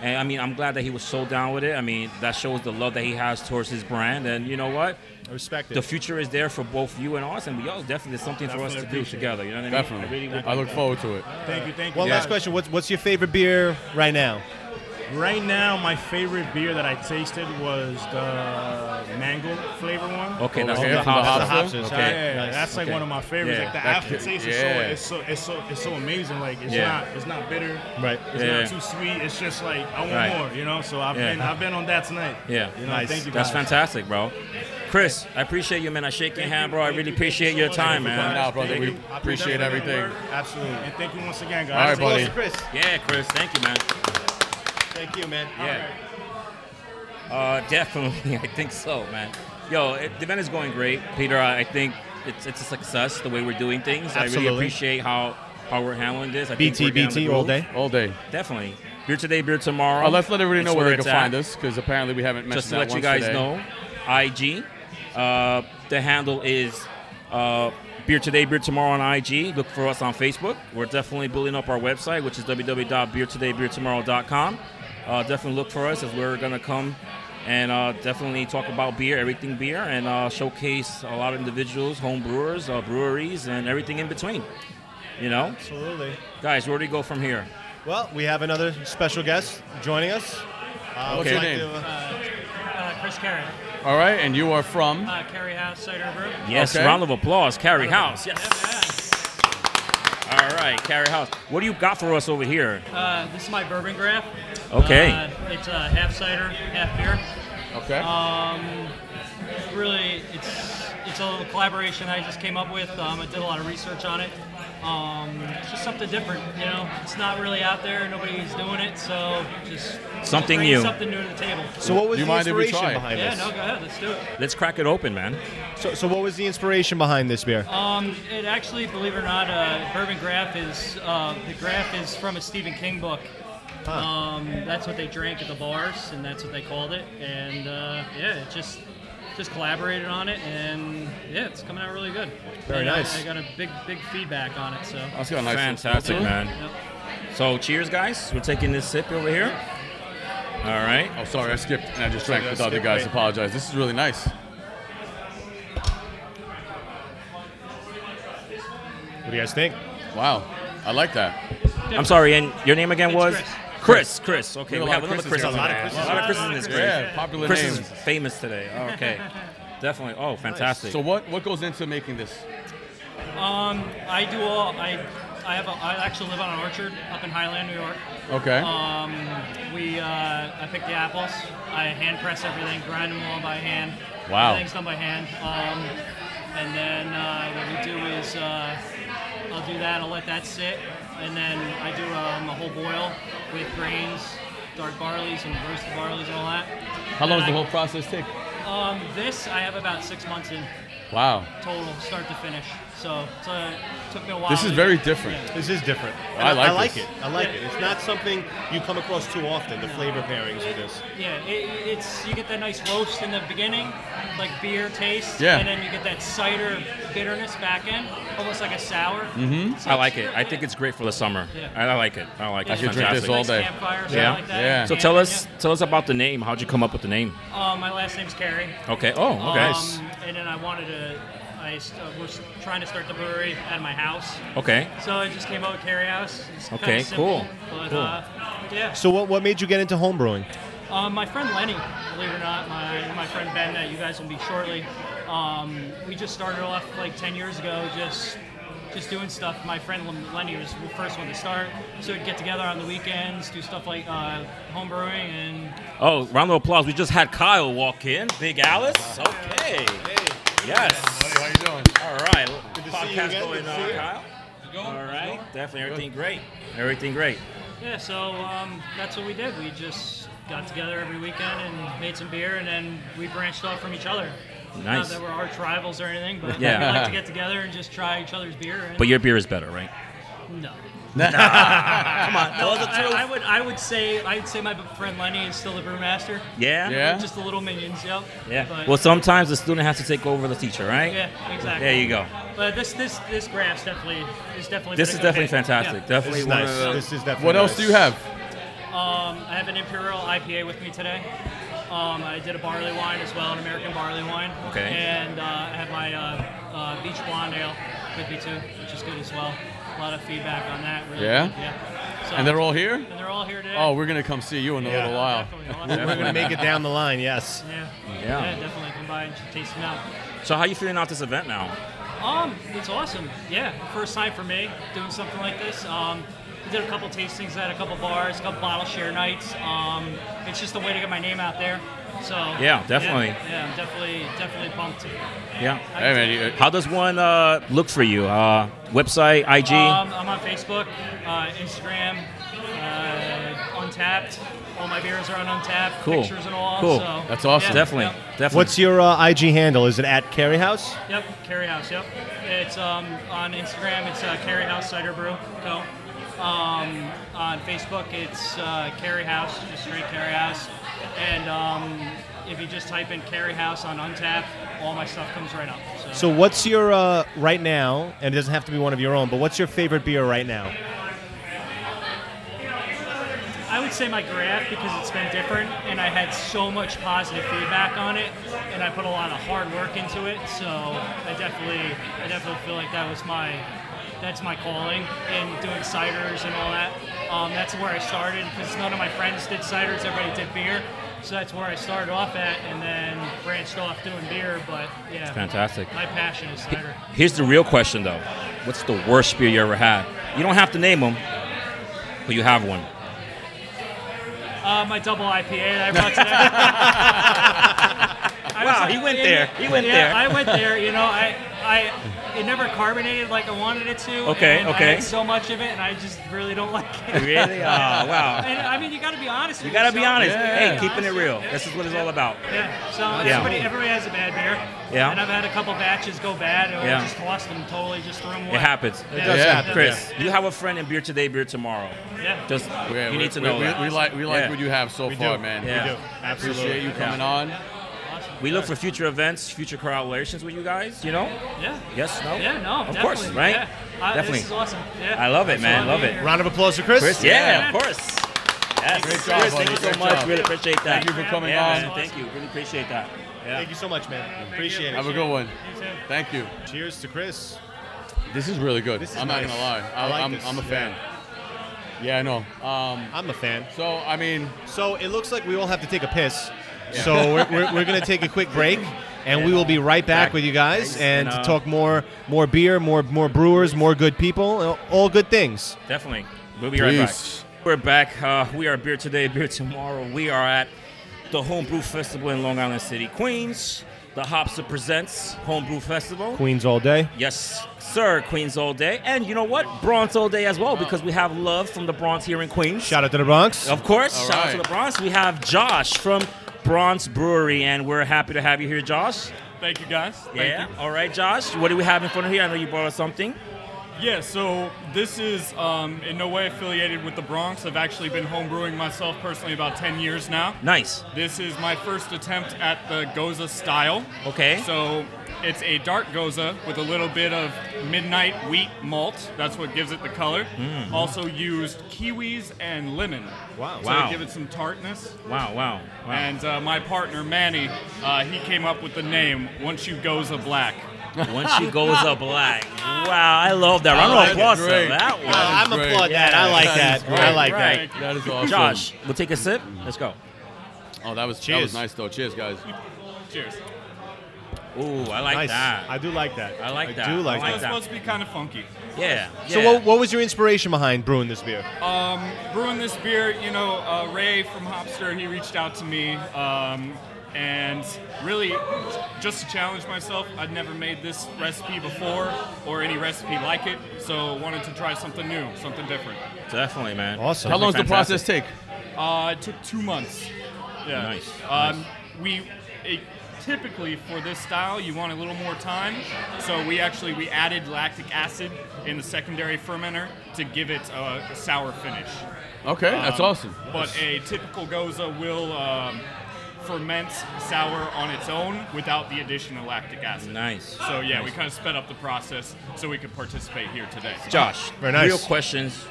S3: And I mean, I'm glad that he was so down with it. I mean, that shows the love that he has towards his brand. And you know what?
S1: I respect it.
S3: The future is there for both you and us, and we all definitely there's something for us to
S8: Oh, Definitely
S3: do
S8: appreciate it.
S3: together. You know what I mean? I really
S5: Definitely.
S3: would-
S5: I look forward to it.
S8: Thank you, thank you.
S1: One
S8: guys.
S1: last question: What's what's your favorite beer right now?
S8: Right now, my favorite beer that I tasted was the mango flavor one.
S3: Okay, that's
S5: Over here
S3: the
S5: from the
S3: hops.
S5: hops.
S1: Hopson's,
S3: Okay.
S1: right?
S8: Yeah,
S1: Nice.
S8: that's like
S3: Okay.
S8: one of my favorites.
S3: Yeah,
S8: like the
S3: that
S8: aftertaste is
S5: yeah.
S8: so it's so it's so it's so amazing. Like it's
S3: Yeah.
S8: not it's not bitter.
S1: Right.
S8: It's
S3: Yeah.
S8: not too sweet. It's just like I want
S3: Right.
S8: more, you know. So I've
S3: Yeah.
S8: been I've been on that tonight.
S3: Yeah.
S8: you know.
S1: Nice.
S8: Thank you.
S3: That's
S8: guys.
S3: fantastic, bro. Chris, I appreciate you, man. I shake your
S8: Thank
S3: hand,
S8: you,
S3: bro. I
S8: thank
S3: really
S8: you, thank
S3: appreciate
S8: you
S3: your
S8: so
S3: time,
S8: much.
S5: Coming out,
S3: man.
S5: brother.
S8: Thank
S5: We
S8: you. I
S5: appreciate
S8: that
S5: everything.
S8: work.
S1: Absolutely.
S8: And thank you once again,
S5: All
S8: guys.
S5: right, buddy.
S1: Chris,
S3: Yeah, Chris. Thank you, man.
S1: thank you, man.
S3: Yeah. Uh, definitely. I think so, man. Yo, it, the event is going great, Peter. I, I think it's it's a success the way we're doing things. I
S1: Absolutely.
S3: really appreciate how how we're handling this. I think
S1: BT
S3: we're down the
S1: BT all
S3: groove.
S1: day.
S5: All day.
S3: Definitely. Beer today, beer tomorrow.
S5: Oh, let's let everybody
S3: It's
S5: know where they
S3: it's
S5: can
S3: at.
S5: find us because apparently we haven't mentioned
S3: Just to
S5: that
S3: let you
S5: once
S3: guys
S5: today.
S3: know, IG. Uh, the handle is uh, Beer Today, Beer Tomorrow on IG. Look for us on Facebook. We're definitely building up our website, which is www.beertodaybeertomorrow.com. Uh, definitely look for us as we're going to come and uh, definitely talk about beer, everything beer, and uh, showcase a lot of individuals, home brewers, uh, breweries, and everything in between. You know?
S1: Absolutely.
S3: Guys, where do we go from here?
S1: Well, we have another special guest joining us. Uh,
S5: What's
S1: would you
S5: your name?
S1: to, uh,
S9: Uh, Chris Carey,
S5: All right, and you are from.
S9: uh, Carey House Cider and Brew.
S3: Yes,
S5: Okay.
S3: round of applause. Carrie House. Yes.
S9: Yes.
S3: All right, Carrie House. What do you got for us over here?
S9: Uh, this is my bourbon graph.
S3: Okay.
S9: Uh, it's uh, half cider, half beer. Um,
S5: Okay.
S9: Really, it's it's a little collaboration I just came up with. Um, I did a lot of research on it. Um, it's just something different, you know. It's not really out there. Nobody's doing it, so just
S3: Something
S9: bringing
S3: new.
S9: Something new to the table.
S1: so, what was
S5: Do you
S1: the
S5: mind if we
S1: inspiration
S5: try?
S1: behind
S9: yeah,
S1: this?
S9: no, go ahead. Let's do it.
S3: Let's crack it open, man.
S1: so, so, what was the inspiration behind this beer?
S9: Um, it actually, believe it or not, uh, bourbon graph is uh, the graph is from a Stephen King book. Um, that's what they drank at the bars, and that's what they called it. And uh, yeah, it just just collaborated on it, and yeah, it's coming out really good.
S1: Very
S9: And I-
S1: nice.
S9: I got a big big feedback on it, so.
S5: That's Oh, got a nice
S3: Fantastic,
S5: little-
S3: man.
S9: Yep.
S3: So, cheers, guys. We're taking this sip over here. All right.
S5: Oh, sorry, I skipped and I just drank
S8: Sorry, I
S5: with other
S8: skipped,
S5: guys.
S8: right.
S5: Apologize. This is really nice.
S1: What do you guys think?
S5: Wow, I like that.
S3: I'm sorry, and your name again
S9: It's
S3: was?
S9: Chris.
S3: Chris. Chris. Okay,
S5: We
S3: we,
S5: have
S3: have
S5: a lot
S3: another
S5: of
S3: Chris.
S5: Chris's
S3: on
S5: here
S3: there.
S5: today.
S3: A lot of Chris's in this grade.
S5: Yeah, popular
S3: Chris
S5: names.
S3: is famous today. Oh, okay. Definitely. Oh, fantastic.
S5: So what what goes into making this?
S9: Um, I do all. I I have. A, I actually live on an orchard up in Highland, New York.
S5: Okay.
S9: Um, we uh, I pick the apples. I hand press everything, grind them all by hand.
S5: Wow.
S9: Everything's done by hand. Um, and then uh, what we do is uh, I'll do that. I'll let that sit, and then I do um, a whole boil with grains, dark barleys, and roasted barleys, and all that.
S5: How long does the
S9: And
S5: whole process take?
S9: I- Um, this I have about six months in
S5: Wow.
S9: total, start to finish. So it's uh took me a while.
S5: This is
S9: to-
S5: very different.
S1: This is different.
S5: I like
S1: I like
S5: this.
S1: it. I like it. It's not something you come across too often. The flavor pairings with this.
S9: Yeah, it, it's you get that nice roast in the beginning, like beer taste,
S5: Yeah.
S9: and then you get that cider bitterness back in, almost like a sour. Mm-hmm.
S3: I like it. I think it's great for the summer.
S9: Yeah.
S3: I, I like it. I like it.
S9: I
S3: It's
S5: could drink this
S3: fantastic.
S5: all day.
S9: Campfire, something
S3: Yeah.
S9: like that.
S5: Yeah.
S3: So tell us, tell us about the name. How'd you come up with the name?
S9: Uh, my last name's Carey.
S3: Okay. Oh, okay.
S9: Um, and then I wanted to, I st- uh, was trying to start the brewery at my house,
S3: Okay.
S9: so I just came out with Carey House. It's kinda
S3: Okay,
S9: simple,
S3: cool.
S9: But,
S3: Cool.
S9: Uh, yeah.
S1: So what, what made you get into home brewing?
S9: Um, my friend Lenny, believe it or not, my, my friend Ben that you guys will meet shortly. Um, we just started off like 10 years ago, just just doing stuff. My friend Lem- Lenny was the first one to start, so we'd get together on the weekends, do stuff like uh, home brewing, and
S3: Oh, round of applause. We just had Kyle walk in. Big Alice. Okay. Yes.
S5: How you doing?
S3: All right.
S1: to see you
S3: Podcast
S1: again.
S3: going
S1: Good to
S3: on,
S1: see you.
S3: Kyle. All right. Definitely everything great. Everything great.
S9: yeah, so um, that's what we did. We just got together every weekend and made some beer, and then we branched off from each other. Not
S3: Nice.
S9: that we're arch rivals or anything, but
S3: Yeah.
S9: we like to get together and just try each other's beer. And
S3: But your beer is better, right?
S9: no.
S3: Come on. Tell us the
S9: I, I
S3: truth.
S9: would I would say I'd say my friend Lenny is still the brewmaster.
S3: Yeah.
S5: Yeah.
S9: Just the little minions, yep.
S3: Yeah.
S9: But-
S3: Well, sometimes the student has to take over the teacher, right?
S9: yeah, exactly.
S3: There you go.
S9: But this this this graph's definitely is definitely.
S3: This
S9: been
S3: is
S9: a good
S3: definitely
S9: pick.
S3: fantastic.
S1: This
S9: Yeah.
S3: Definitely
S1: is
S3: one
S1: nice.
S3: of the-
S1: This is definitely.
S5: What else
S1: nice.
S5: do you have?
S9: Um, I have an imperial IPA with me today. Um, I did a barley wine as well, an American barley wine.
S3: Okay.
S9: And uh, I have my uh, uh, beach blonde ale with me too, which is good as well. A lot of feedback on that. Really.
S5: Yeah?
S9: good, Yeah. So,
S5: And they're all here.
S9: and they're all here today.
S5: Oh, we're gonna come see you in a little while.
S9: Definitely. We'll
S1: We're
S9: have to-
S1: gonna make it down the line. Yes.
S9: Yeah.
S3: Yeah.
S9: definitely come by and taste them out.
S3: So how you feeling out this event now?
S9: Um, it's awesome. Yeah, first time for me doing something like this. Um, we did a couple tastings at a couple bars, a couple bottle share nights. Um, it's just a way to get my name out there. So
S3: Yeah, definitely.
S9: Yeah, I'm definitely definitely pumped.
S3: Yeah.
S5: Hey man, you-
S3: How does one uh, look for you? Uh, website, IG.
S9: Um, I'm on Facebook, uh, Instagram, uh, Untapped. All my beers are on Untapped.
S3: Cool.
S9: Pictures and all.
S3: Cool.
S9: So,
S5: That's awesome.
S9: yeah,
S3: definitely,
S9: yeah.
S3: definitely.
S1: What's your uh, IG handle? Is it at Carry House?
S9: Yep, Carry House. Yep, it's um, on Instagram. It's uh, Carry House Cider Brew Co. Um, on Facebook, it's uh, Carry House, just straight Carry House. And um, if you just type in Carry House on Untap, all my stuff comes right up. So,
S1: So what's your uh, right now? And it doesn't have to be one of your own, but what's your favorite beer right now?
S9: I would say my graph because it's been different, and I had so much positive feedback on it, and I put a lot of hard work into it. So I definitely, I definitely feel like that was my, that's my calling in doing ciders and all that. Um, that's where I started because none of my friends did ciders; everybody did beer. So that's where I started off at, and then branched off doing beer. But yeah,
S3: Fantastic.
S9: my passion is cider.
S3: Here's the real question though. What's the worst beer you ever had? You don't have to name them, but you have one.
S9: Uh, my double IPA that I brought today. I was
S3: Wow, he went there. He went
S9: yeah,
S3: there.
S9: I went there. You know, I, I, it never carbonated like I wanted it to.
S3: Okay,
S9: and
S3: okay.
S9: I had so much of it, and I just really don't like it.
S3: Really? Oh, wow.
S9: And I mean, you got to be honest.
S3: You gotta be honest.
S5: Yeah.
S3: Hey, keeping it real. This is what it's all about.
S9: Yeah. So
S3: Yeah.
S9: everybody, everybody has a bad beer.
S3: Yeah.
S9: And I've had a couple batches go bad, and
S3: Yeah.
S9: I just tossed them totally, just threw them away.
S3: It happens.
S9: Yeah.
S5: does
S9: yeah.
S5: happen.
S3: Chris, you have a friend in beer today, beer tomorrow.
S9: Yeah.
S3: Just
S5: Yeah,
S3: you
S5: we-
S3: need to
S5: we-
S3: know
S5: we,
S3: that.
S5: We like we like
S3: Yeah.
S5: what you have so far, man.
S3: Yeah.
S1: We do. Absolutely.
S5: Appreciate you coming on.
S9: Awesome.
S3: We look for future events, future collaborations with you guys. You know?
S9: Yeah.
S3: Yes. No.
S9: Yeah. No.
S3: Of
S9: definitely.
S3: course. Right.
S9: Yeah. Uh,
S3: Definitely.
S9: This is awesome. Yeah.
S3: I love it, man.
S9: Absolutely.
S3: Love it.
S1: Round of applause for Chris.
S3: Chris.
S9: Yeah.
S3: Yeah. Of course. Yes.
S5: Great job,
S3: Chris,
S5: buddy.
S3: thank you so
S5: Great
S3: much.
S5: job.
S3: Really appreciate that.
S5: Thank you for coming
S3: yeah,
S5: on.
S3: Man, thank you. Really appreciate that. Yeah.
S1: Thank you so much, man. Appreciate
S5: Have
S1: it.
S5: a good one.
S9: You too.
S5: Thank you.
S1: Cheers to Chris.
S5: This is really good.
S1: This is
S5: I'm not
S1: nice.
S5: gonna lie.
S1: I
S5: I,
S1: like
S5: am
S1: this.
S5: I'm a fan. Oh, Yeah, I know. Um,
S1: I'm a fan.
S5: so I mean,
S1: So it looks like we all have to take a piss. So we're, we're, we're going to take a quick break, and we will be right back with you guys and
S3: And,
S1: to
S3: uh,
S1: talk more more beer, more more brewers, more good people, uh, all good things.
S3: Definitely. We'll be right
S5: Peace.
S3: back. We're back. Uh, we are beer today, beer tomorrow. We are at the Homebrew Festival in Long Island City, Queens. The Hopster presents Homebrew Festival.
S1: Queens all day.
S3: Yes, sir. Queens all day, and you know what? Bronx all day as well, because we have love from the Bronx here in Queens.
S1: Shout out to the Bronx.
S3: Of course.
S5: All
S3: Shout out to
S5: right.
S3: the Bronx. We have Josh from Bronx Brewery, and we're happy to have you here, Josh.
S10: Thank you, guys. Thank
S3: yeah. All right, Josh. What do we have in front of here? I know you brought us something.
S10: you. Yeah, so this is um, in no way affiliated with the Bronx. I've actually been homebrewing myself personally about 10 years now.
S3: Nice.
S10: This is my first attempt at the Goza style.
S3: Okay.
S10: So it's a dark Goza with a little bit of midnight wheat malt. That's what gives it the color. Also used kiwis and lemon.
S1: Wow.
S10: So
S3: Mm-hmm. Wow.
S10: to give it some tartness.
S3: wow. Wow. Wow.
S10: And uh, my partner Manny, uh, he came up with the name Once You Goza Black.
S3: Once she goes up black. Wow. I love that. Round
S5: Oh,
S3: of applause
S5: that's
S3: for
S5: great.
S3: that one.
S5: That
S1: I'm
S5: is great.
S1: applaud that. I like
S5: That is
S1: that. I
S5: great.
S1: like that.
S3: Right.
S5: that is awesome.
S3: Josh, we'll take a sip. Let's go.
S5: Oh, that was that
S1: Cheers.
S5: was nice though. Cheers, guys.
S10: Cheers.
S3: Ooh, I like
S1: nice.
S3: that.
S1: I do like that.
S3: I like that.
S1: do like
S3: I like
S1: that.
S10: It's supposed to be kind of funky.
S3: yeah.
S1: So
S3: yeah.
S1: what, what was your inspiration behind brewing this beer?
S10: Um, brewing this beer, you know, uh, Ray from Hopster, he reached out to me, um, and really, just to challenge myself, I'd never made this recipe before or any recipe like it, so wanted to try something new, something different.
S3: Definitely, man.
S1: Awesome.
S5: How long's the
S3: fantastic.
S5: process take?
S10: Uh, it took two months. Yeah.
S3: Nice,
S10: Um, We it, typically for this style you want a little more time, so we actually we added lactic acid in the secondary fermenter to give it a, a sour finish.
S5: Okay, that's
S10: Um,
S5: awesome.
S10: But a typical goza will um, ferment sour on its own without the addition of lactic acid.
S3: Nice.
S10: So yeah, we kind of sped up the process so we could participate here today.
S3: Josh,
S1: Very nice.
S3: real questions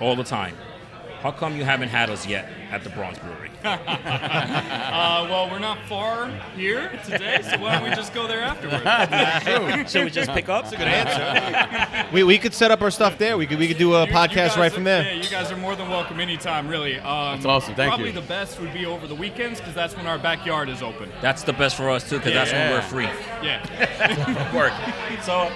S3: all the time. How come you haven't had us yet at the Bronx Brewery?
S10: Uh, well, we're not far here today, so why don't we just go there afterwards?
S3: Should we just pick up? That's a good answer.
S1: We, we could set up our stuff there. We could we could do a
S10: You- you
S1: podcast
S10: guys
S1: right
S10: are-
S1: from there.
S10: Yeah, you guys are more than welcome anytime, really. Um,
S5: That's awesome. Thank
S10: probably
S5: you.
S10: the best would be over the weekends because that's when our backyard is open.
S3: That's the best for us too, because that's when
S5: Yeah.
S3: we're free.
S10: Yeah.
S3: Work. So,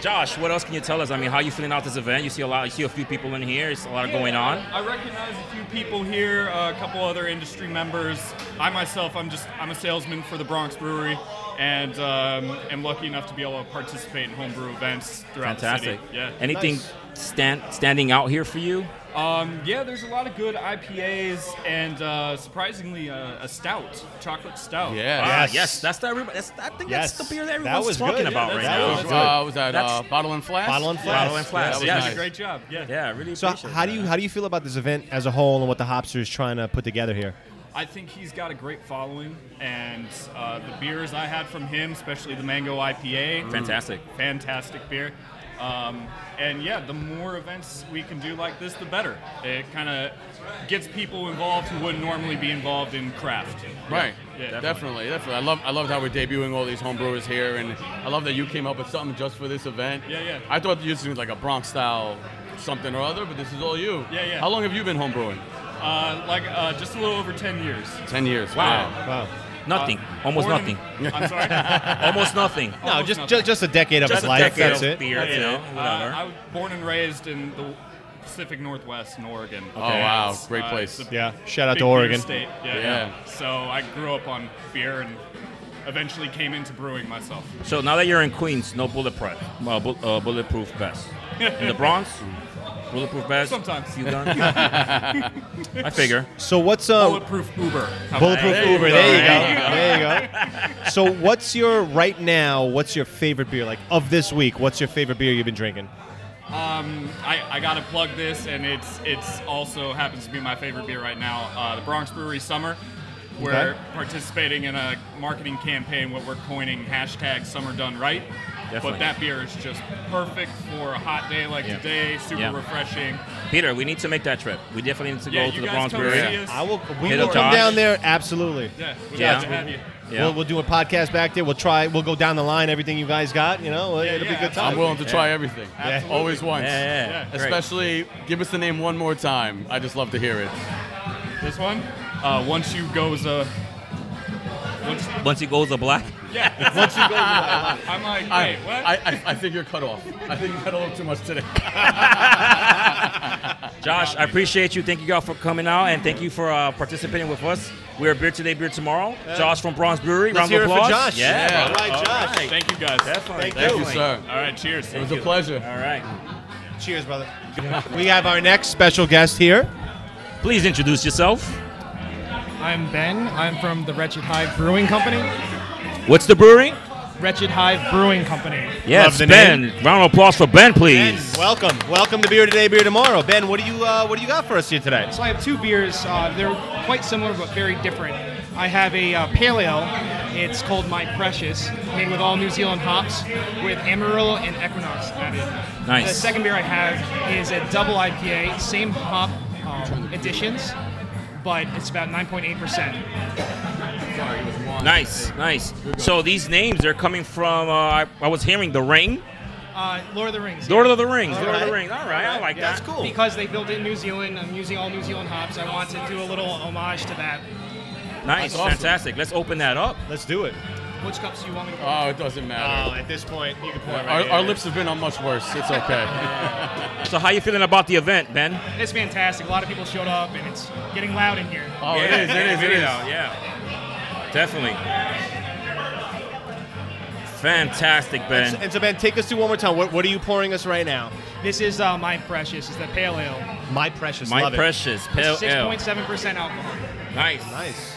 S3: Josh, what else can you tell us? I mean, how you feeling out this event? You see a lot. You see a few people in here. It's a lot going on.
S10: I recognize a few people here, uh, a couple other industry members. I myself, I'm just I'm a salesman for the Bronx Brewery, and um, am lucky enough to be able to participate in homebrew events throughout
S3: Fantastic.
S10: the city. Yeah.
S3: Anything
S1: Nice.
S3: stand standing out here for you?
S10: Um, yeah, there's a lot of good IPAs and uh, surprisingly uh, a stout, chocolate stout.
S5: Yeah.
S3: Ah, yes. That's the everybody. That's, I think
S1: Yes.
S3: that's the beer
S1: That
S3: that everyone's
S1: was
S3: talking
S1: good.
S3: about
S10: Yeah,
S3: right
S10: that
S3: now.
S10: was
S1: good.
S5: Uh, was that
S3: That's-
S5: uh, bottle and flask?
S1: Bottle and flask.
S3: Bottle and flask.
S5: that was
S3: yes.
S5: nice.
S10: Great job. Yeah.
S3: Yeah, really
S1: So
S3: appreciate
S1: how do
S3: that.
S1: you how do you feel about this event as a whole and what the Hopster is trying to put together here?
S10: I think he's got a great following, and uh, the beers I had from him, especially the Mango IPA,
S3: Fantastic.
S10: fantastic beer. Um, and yeah, the more events we can do like this, the better. It kind of gets people involved who wouldn't normally be involved in craft.
S5: Right.
S10: Yeah,
S5: definitely. definitely. I love I love how we're debuting all these homebrewers here and I love that you came up with something just for this event.
S10: Yeah, yeah.
S5: I thought you was gonna be like a Bronx style something or other, but this is all you.
S10: Yeah, yeah.
S5: How long have you been homebrewing?
S10: Uh, like uh, just a little over 10 years. Uh,
S5: Ten years.
S3: Wow.
S1: Wow.
S3: Nothing. Almost
S10: Born in-
S3: nothing.
S10: I'm sorry.
S3: Almost nothing.
S1: No,
S10: Almost
S1: just,
S10: nothing.
S1: just just a decade of
S3: Just
S1: his
S3: a
S1: life.
S3: decade
S1: That's
S3: of
S1: it.
S3: beer, you know,
S10: Uh,
S3: whatever.
S10: I was born and raised in the Pacific Northwest in Oregon. Oh
S5: wow. Great place.
S1: Yeah. Shout out
S10: big
S1: to
S10: beer
S1: Oregon.
S10: State. Yeah,
S5: Yeah.
S10: yeah. So I grew up on beer and eventually came into brewing myself.
S3: So now that you're in Queens, no bullet prep, uh, bu- uh, bulletproof vest. In the Bronx, bulletproof vest.
S10: Sometimes.
S3: Few guns. I figure.
S1: So what's uh
S10: Bulletproof Uber. How about
S1: bulletproof
S5: There you
S1: Uber?
S5: go.
S1: There you go. There you go. So what's your right now? What's your favorite beer? Like of this week, what's your favorite beer you've been drinking?
S10: Um, I, I gotta plug this, and it's it's also happens to be my favorite beer right now. Uh, the Bronx Brewery Summer. We're
S1: Okay.
S10: participating in a marketing campaign what we're coining hashtag summer done right.
S3: Definitely.
S10: But that beer is just perfect for a hot day like
S3: Yeah.
S10: today, super
S3: Yeah.
S10: refreshing.
S3: Peter, we need to make that trip. We definitely need to
S10: Yeah,
S3: go
S10: you
S3: to the
S10: guys
S3: Bronx
S10: come
S3: Brewery.
S10: see us. I will-
S1: we
S3: Hit
S1: will
S3: up
S1: come
S3: Josh.
S1: down there. Absolutely.
S10: Yeah, we'd
S3: Yeah.
S10: love to have you.
S3: Yeah.
S1: We'll, we'll do a podcast back there. We'll try. We'll go down the line. Everything you guys got. You know, it'll be a good time.
S5: I'm willing to try everything.
S1: Absolutely.
S5: Always once.
S1: Yeah, yeah, yeah. Great.
S5: Especially, give us the name one more time. I just love to hear it.
S10: This one? Uh, once you goes a. Once,
S3: Once he goes a black.
S10: Yeah. Once you go to that, I'm like,
S5: I-
S10: wait, what?
S5: I, I, I think you're cut off. I think you cut a little too much today.
S3: Josh, I appreciate you. Thank you all for coming out and thank you for uh, participating with us. We're Beer Today, Beer Tomorrow. Josh from Bronx Brewery.
S1: Let's
S3: Round
S1: hear
S3: of
S1: it for
S3: applause.
S1: Josh.
S3: Yeah.
S1: Yeah. All right,
S3: All
S1: Josh.
S3: right.
S10: Thank you guys.
S3: Definitely.
S1: Thank you.
S3: definitely.
S1: sir.
S10: All right, cheers.
S5: It was a pleasure.
S3: All right.
S1: Cheers, brother. we have our next special guest here.
S3: Please introduce yourself.
S11: I'm Ben. I'm from the Wretched Hive Brewing Company.
S3: What's the brewery?
S11: Wretched Hive Brewing Company.
S3: Yes,
S1: the
S3: Ben.
S1: name.
S3: Round of applause for Ben, please.
S1: Welcome, welcome to Beer Today, Beer Tomorrow. Ben, what do you uh, what do you got for us here today?
S11: So I have two beers. Uh, they're quite similar but very different. I have a uh, pale ale. It's called My Precious, made with all New Zealand hops, with Amarillo and Equinox added.
S3: Nice.
S11: The second beer I have is a double IPA, same hop um, additions, but it's about 9.8 percent.
S3: Nice, nice. So these names they're coming from. Uh, I, I was hearing the ring,
S11: Uh, Lord of the Rings.
S3: Lord of the Rings,
S11: All
S3: Lord of the Rings. All right, I
S11: All
S3: like that.
S11: That's cool. Because they built it in New Zealand, I'm using all New Zealand hops. I want to do a little homage to that.
S3: nice,
S11: That's awesome.
S3: fantastic. Let's open that up.
S1: Let's do it.
S11: Which cups do you want me to pour?
S5: Oh, it doesn't matter.
S1: at this point, you can pour
S5: our, our lips have been on much worse. It's okay.
S3: So how you feeling about the event, Ben?
S11: It's fantastic. A lot of people showed up, and it's getting loud in here.
S5: Oh, it is. It is. It
S3: Video,
S5: is.
S3: Yeah, definitely. Fantastic, Ben.
S1: And so, Ben, take us through one more time. What, what are you pouring us right now?
S11: This is uh, my precious. It's the pale ale.
S1: My precious,
S3: My
S1: love it.
S3: precious pale
S11: It's
S3: ale.
S11: 6.7% alcohol.
S3: Nice,
S1: Nice.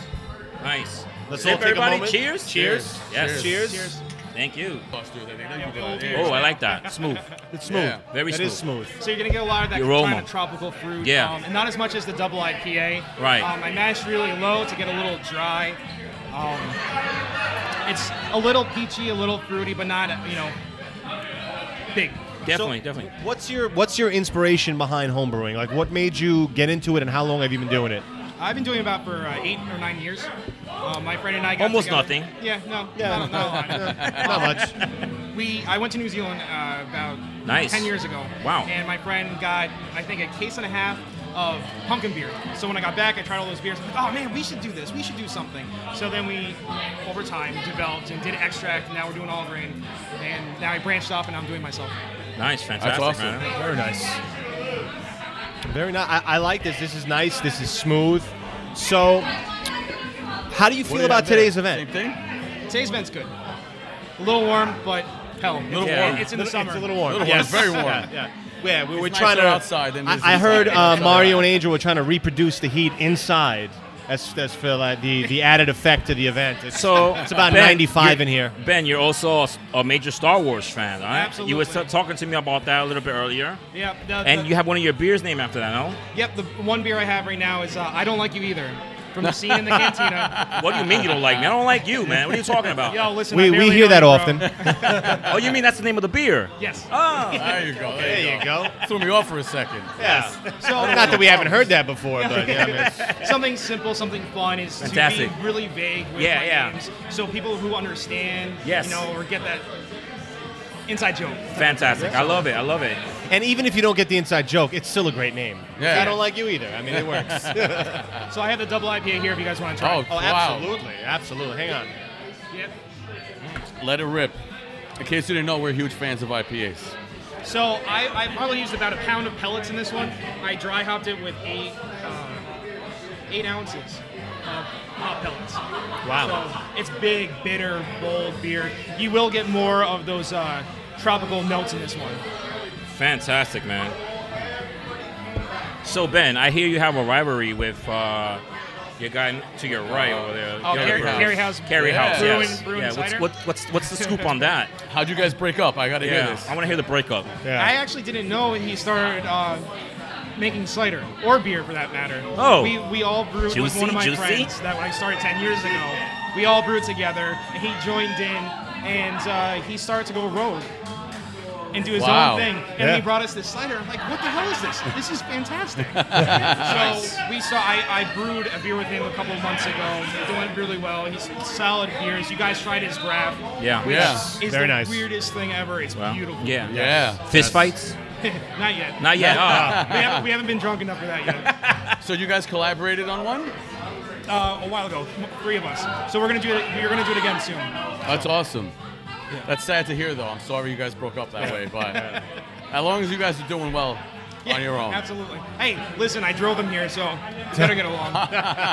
S3: nice.
S1: Let's
S3: Hey,
S1: all take a
S3: everybody,
S1: moment.
S3: cheers,
S1: Cheers.
S3: yes,
S1: Cheers.
S11: Cheers.
S3: Thank you.
S5: Yeah.
S3: Oh, I like that. Smooth.
S1: It's smooth.
S5: Yeah.
S3: Very
S1: That
S3: smooth.
S1: is smooth.
S11: So you're gonna get a lot of that
S3: The aroma.
S11: kind of tropical fruit,
S3: Yeah.
S11: um, and not as much as the double IPA.
S3: Right.
S11: Um, I mashed really low to get a little dry. Um, it's a little peachy, a little fruity, but not you know big.
S3: Definitely, definitely.
S1: What's your What's your inspiration behind homebrewing? Like, what made you get into it, and how long have you been doing it?
S11: I've been doing about for uh, eight or nine years. Uh, my friend and I got
S3: Almost
S11: together-
S3: nothing.
S11: Yeah, no,
S1: Yeah.
S11: not, not a lot.
S1: Not much.
S11: We I went to New Zealand uh, about
S3: Nice.
S11: ten years ago.
S3: Wow.
S11: And my friend got I think a case and a half of pumpkin beer. So when I got back, I tried all those beers. I'm like, oh man, we should do this. We should do something. So then we, over time, developed and did extract. And now we're doing all grain. And now I branched off, and I'm doing myself.
S3: Nice, fantastic,
S5: awesome.
S3: man.
S1: Very nice. Very nice. I, I like this. This is nice. This is smooth. So, how do you feel
S5: do you
S1: about
S5: have there?
S1: today's event?
S5: Same thing?
S11: Today's event's good. A little warm, but hell,
S5: Little
S11: it's,
S5: warm.
S11: it's in the summer.
S1: It's a little warm.
S5: Little warm.
S1: Yes.
S5: It's very warm.
S1: Yeah, yeah. Yeah, we
S5: It's
S1: were
S5: nicer
S1: trying to
S5: outside than it is
S1: I, I
S5: inside.
S1: heard uh,
S5: Outside.
S1: Mario and Angel were trying to reproduce the heat inside. That's that's for like the, the added effect to the event. It's,
S3: So
S1: it's about
S3: Ben,
S1: 95
S3: you're-
S1: in here.
S3: Ben, you're also a, s- a major Star Wars fan, all right? You were
S11: Absolutely.
S3: t- talking to me about that a little bit earlier,
S11: Yep. the-
S3: and
S11: the-
S3: you have one of your beers named after that, no?
S11: Yep, the one beer I have right now is uh, I Don't Like You Either from the scene in the cantina.
S3: What do you mean you don't like me? I don't like you, man. What are you talking about?
S11: Yo, listen, I
S1: We, we
S11: barely
S1: hear
S11: know
S1: that
S11: you, bro.
S1: often.
S3: Oh, you mean that's the name of the beer?
S11: Yes.
S3: Oh,
S5: There you go. There, you,
S1: There you go.
S5: go. Threw me off for a second.
S1: Yeah.
S11: So
S1: Not that we haven't heard that before, but yeah, I mean, it's-
S11: something simple, something fun is
S3: Fantastic.
S11: to be really vague with
S3: Yeah,
S11: my
S3: yeah.
S11: names, so people who understand,
S3: Yes.
S11: you know, or get that inside joke.
S3: fantastic. I love it. I love it.
S1: and even if you don't get the inside joke, it's still a great name.
S5: Yeah.
S1: I don't like you either. I mean, it works.
S11: So I have the double IPA here if you guys want to try.
S5: Oh,
S11: it.
S1: Oh,
S5: wow.
S1: absolutely, absolutely. Hang on.
S11: Yep.
S5: Let it rip. In case you didn't know, we're huge fans of IPAs.
S11: So I, I probably used about a pound of pellets in this one. I dry hopped it with eight uh, eight ounces of hop pellets.
S1: Wow.
S11: So it's big, bitter, bold beer. You will get more of those uh, tropical notes in this one.
S3: Fantastic, man. So Ben, I hear you have a rivalry with uh, your guy to your right over there.
S11: Oh,
S3: Your
S11: Carrie-
S3: brother.
S11: Carrie House.
S3: Carrie
S5: Yeah.
S3: House.
S11: Brewing-
S3: yes.
S11: brewing
S3: yeah. What's,
S11: cider?
S3: what, what's what's the scoop on that?
S5: How'd you guys break up? I gotta hear
S3: Yeah.
S5: this.
S3: I want to hear the breakup.
S1: Yeah.
S11: I actually didn't know he started uh, making cider or beer for that matter.
S3: Oh.
S11: we, we all brewed with
S3: Juicy,
S11: one of my
S3: juicy.
S11: friends that I started ten years ago. We all brewed together, and he joined in, and uh, he started to go rogue and do his
S5: Wow.
S11: own thing. And
S5: Yeah.
S11: he brought us this cider. I'm like, what the hell is this? This is fantastic.
S5: Nice.
S11: So we saw. I, I brewed a beer with him a couple of months ago. It went really well. He's solid beers. You guys tried his graph.
S3: Yeah.
S11: which
S3: Yeah.
S11: Is
S3: Very
S11: the
S3: nice.
S11: Weirdest thing ever. It's
S3: Wow.
S11: beautiful.
S3: Yeah. Yeah. Fist fights?
S11: Not yet. Uh,
S3: Not yet. Ah.
S11: we, haven't, we haven't been drunk enough for that yet.
S5: so you guys collaborated on one?
S11: Uh, a while ago, three of us. So we're gonna do it. We're gonna do it again soon.
S5: That's awesome. That's sad to hear, though. I'm sorry you guys broke up that way, but as long as you guys are doing well on your own.
S11: Absolutely. Hey, listen, I drove him here, so we better get along.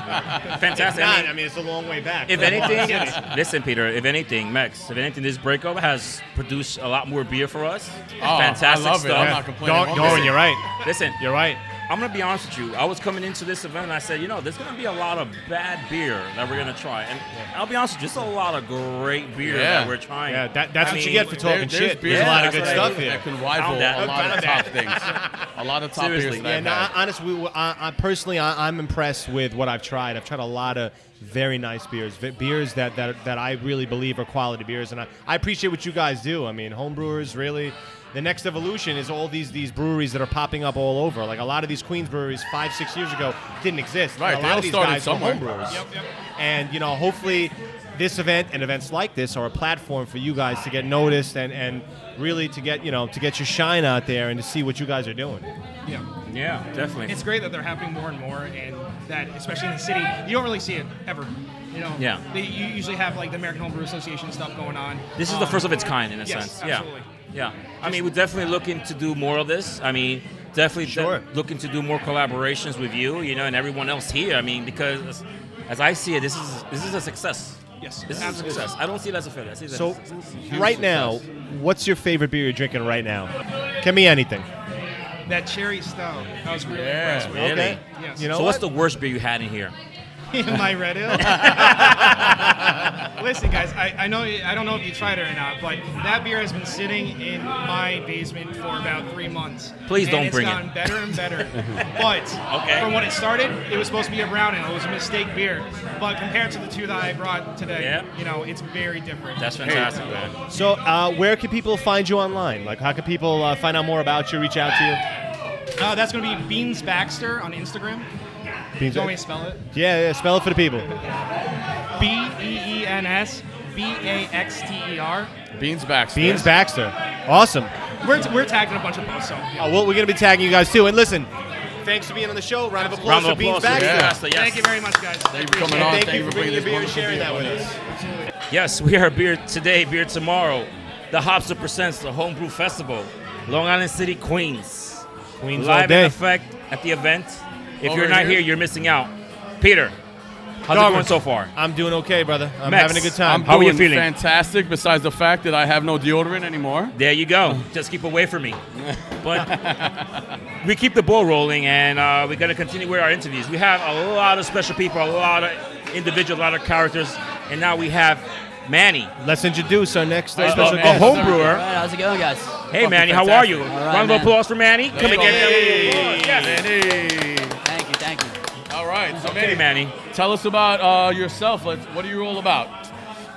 S3: Fantastic. I mean-
S11: it's a long way back.
S3: If anything, listen, Peter. If anything, Max. If anything, this breakup has produced a lot more beer for us.
S5: Oh, I
S3: Fantastic
S5: love it.
S3: stuff.
S5: I'm not complaining Don't- one don't, bit. you're
S1: right.
S3: Listen,
S1: you're right.
S3: I'm gonna be honest with you. I was coming into this event and I said, you know, there's gonna be a lot of bad beer that we're gonna try, and I'll be honest with you, there's a lot of great beer
S1: Yeah.
S3: that we're trying.
S1: Yeah, that- that's
S3: I
S1: what you
S3: mean,
S1: get for talking
S3: there-
S1: shit. There's a lot of
S3: that's
S1: good
S3: what I
S1: stuff
S3: mean.
S1: here.
S5: That can rival
S3: Found that.
S5: a lot of
S3: Found
S5: top
S3: that.
S5: things. A lot of top beers that
S1: yeah,
S5: I've
S1: no,
S5: had.
S1: I- honest, we, we- I, I personally, I, I'm impressed with what I've tried. I've tried a lot of very nice beers, ve- beers that, that that I really believe are quality beers, and I, I appreciate what you guys do. I mean, homebrewers really. The next evolution is all these these breweries that are popping up all over. Like a lot of these Queens breweries five six years ago didn't exist.
S5: Right,
S1: a
S5: they
S1: lot
S5: all
S1: of these
S5: started
S1: guys
S5: somewhere.
S1: are homebrewers.
S5: Yep,
S1: And you know, hopefully, this event and events like this are a platform for you guys to get noticed and and really to get you know to get your shine out there and to see what you guys are doing.
S11: Yeah.
S3: Yeah, definitely.
S11: It's great that they're happening more and more, and that especially in the city, you don't really see it ever. You know.
S3: Yeah.
S11: They, you usually have like the American Homebrew Association stuff going on.
S3: This is the
S11: Um,
S3: first of its kind in a
S11: yes,
S3: sense.
S11: Absolutely.
S3: Yeah. Yeah. I mean, we're definitely looking to do more of this. I mean, definitely de- looking to do more collaborations with you, you know, and everyone else here. I mean, because as, as I see it, this is this is a success.
S11: Yes,
S3: This
S11: absolutely.
S3: is a success. I don't see it as a failure. I see it as a
S1: So,
S3: success.
S1: right now, what's your favorite beer you're drinking right now? Can be anything.
S11: That cherry stout. I was really impressed
S3: Yeah,
S11: with.
S3: really.
S11: Okay. Yes.
S1: You know
S3: so, what's the
S1: what?
S3: worst beer you had in here?
S11: my red ale. Listen, guys, I, I know I don't know if you tried it or not, but that beer has been sitting in my basement for about three months.
S3: Please
S11: And
S3: don't bring it.
S11: It's gotten better and better. but
S3: Okay.
S11: from when it started, it was supposed to be a brown ale. It was a mistake beer. But compared to the two that I brought today,
S3: Yeah.
S11: you know, it's very different.
S3: That's fantastic, man.
S1: So, uh, where can people find you online? Like, how can people uh, find out more about you, reach out to
S11: Uh, that's going to be Beans Baxter on Instagram.
S1: you? Beans-
S11: Do you want me to spell it?
S1: Yeah, yeah, spell it for the people.
S11: B E E N S B A X T E R.
S5: Beans Baxter.
S1: Beans Baxter. Awesome.
S11: We're, we're tagging a bunch of posts, so. yeah.
S1: Uh, well, we're going to be tagging you guys too. And listen, thanks for being on the show. Round of applause
S5: Round of
S1: for Beans
S5: applause for
S1: Baxter.
S5: Beans Baxter,
S11: Thank you very much, guys.
S5: Thank you for coming
S1: And
S5: on.
S1: Thank,
S5: Thank
S1: you for bringing your
S5: this
S1: beer and
S5: wonderful
S1: sharing
S5: beer
S1: that
S5: us.
S1: with us.
S3: Yes, we are beer today, beer tomorrow. The Hopster presents the Homebrew Festival, Long Island City, Queens.
S1: Queens all
S3: live
S1: day.
S3: in effect at the event. If
S1: Over
S3: you're not
S1: here.
S3: here. you're missing out. Peter, how's it
S1: Dogger.
S3: going so far?
S1: I'm doing okay, brother. I'm
S3: Max,
S1: having a good time.
S5: I'm
S3: How are you
S5: doing
S3: feeling?
S5: Fantastic. Besides the fact that I have no deodorant anymore.
S3: There you go. Just keep away from me. But we keep the ball rolling, and uh, we're going to continue with our interviews. We have a lot of special people, a lot of individuals, a lot of characters, and now we have Manny.
S1: Let's introduce our next uh,
S3: Hey,
S1: special
S3: uh,
S1: guest.
S3: a home brewer.
S12: Alright, how's it going, guys?
S3: Hey, Manny, how are you? Round of applause for Manny. Come and get him.
S12: Thank you, thank you.
S5: All right. So
S3: Okay, Manny.
S5: Tell us about uh, yourself. Let's, what are you all about?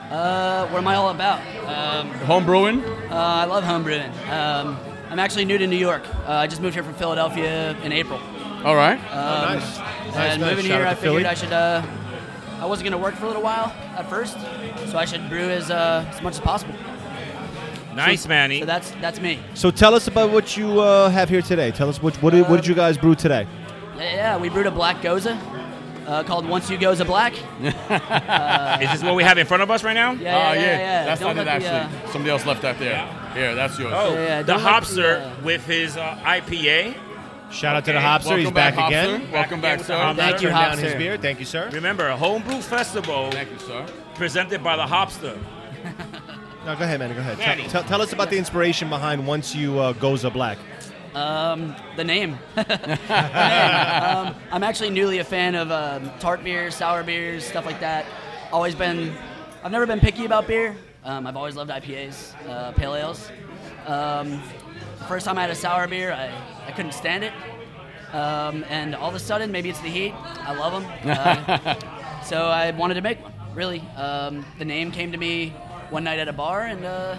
S12: Uh, what am I all about? Um,
S5: home brewing?
S12: Uh, I love home brewing. Um, I'm actually new to New York. Uh, I just moved here from Philadelphia in April.
S5: All right. Oh,
S12: Um,
S5: nice.
S12: And
S5: Nice, nice.
S12: moving
S5: Shout
S12: here,
S5: out
S12: I figured
S5: to Philly.
S12: I should. Uh, I wasn't going to work for a little while at first, so I should brew as, uh, as much as possible.
S3: Nice, Manny.
S12: So that's that's me.
S1: So tell us about what you uh, have here today. Tell us what what did, what did you guys brew today?
S12: Yeah, yeah, we brewed a black goza uh, called Once You Goza Black. Uh,
S3: Is this what we have in front of us right now?
S12: Yeah, yeah,
S5: Oh,
S12: yeah, yeah.
S5: That's
S12: Don't
S5: not it,
S12: let the, uh,
S5: actually. Somebody else left that there. Yeah, that's yours.
S3: Oh, the
S5: don't let
S3: Hopster with his uh, IPA.
S1: Shout out
S3: Okay.
S1: to the Hopster. He's
S3: Welcome
S1: back,
S3: back, Hopster.
S1: again.
S3: Welcome back,
S1: with
S3: sir.
S1: the Hopster.
S3: Thank you,
S1: Turn down
S3: Hopster.
S1: his beer. Thank you, sir.
S3: Remember, a homebrew festival. Thank
S5: you, sir.
S3: Presented by the Hopster.
S1: No, go ahead, man. Go ahead.
S12: Manny.
S1: Tell, tell, tell us about the inspiration behind Once You uh, Goza Black.
S12: Um, the name. The name. um, I'm actually newly a fan of um, tart beers, sour beers, stuff like that. Always been, I've never been picky about beer. Um, I've always loved IPAs, uh, pale ales. Um, first time I had a sour beer, I, I couldn't stand it. Um, and all of a sudden, maybe it's the heat. I love them. Uh, so I wanted to make one. Really, um, the name came to me one night at a bar, and uh,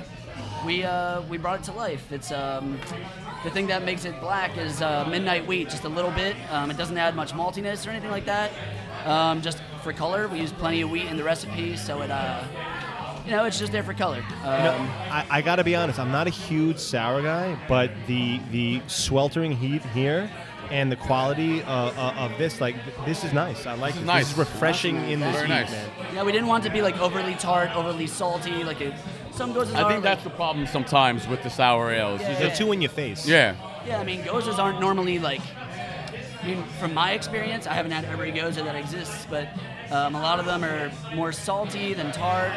S12: we uh, we brought it to life. It's um, the thing that makes it black is uh, midnight wheat, just a little bit. Um, it doesn't add much maltiness or anything like that. Um, just for color, we use plenty of wheat in the recipe, so it uh, you know it's just there for color. Um,
S1: No, I, I gotta be honest. I'm not a huge sour guy, but the the sweltering heat here and the quality uh, uh, of this, like th- this is nice. I like this.
S12: is
S1: This is,
S12: nice.
S1: refreshing in this
S12: Very
S1: heat,
S12: nice.
S1: man.
S12: Yeah, we didn't want it to be like overly tart, overly salty. Like it, some goes as
S5: I
S12: far,
S5: think
S12: like-
S5: that's the problem sometimes with the sour ales.
S12: uh, Yeah, They're yeah. too
S1: in your face.
S5: Yeah.
S12: Yeah, I mean, gozers aren't normally like. I mean, from my experience, I haven't had every gozer that exists, but um, a lot of them are more salty than tart.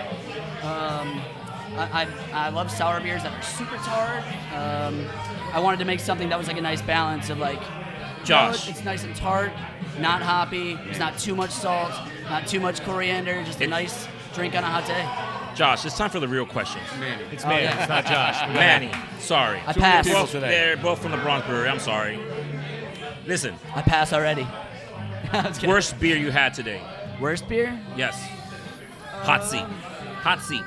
S12: Um, I, I, I love sour beers that are super tart. Um, I wanted to make something that was like a nice balance of like. you know,
S3: Josh.
S12: it's nice and tart, not hoppy. It's not too much salt, not too much coriander. Just a nice drink on a hot day.
S3: Josh, it's time for the real questions. Oh,
S5: Manny.
S12: It's Manny, it's not Josh.
S3: Manny, sorry.
S12: I passed.
S3: Both, they're both from the Bronx Brewery. I'm sorry. Listen.
S12: I pass already.
S3: worst beer you had today?
S12: Worst beer?
S3: Yes. Hot seat. Hot seat.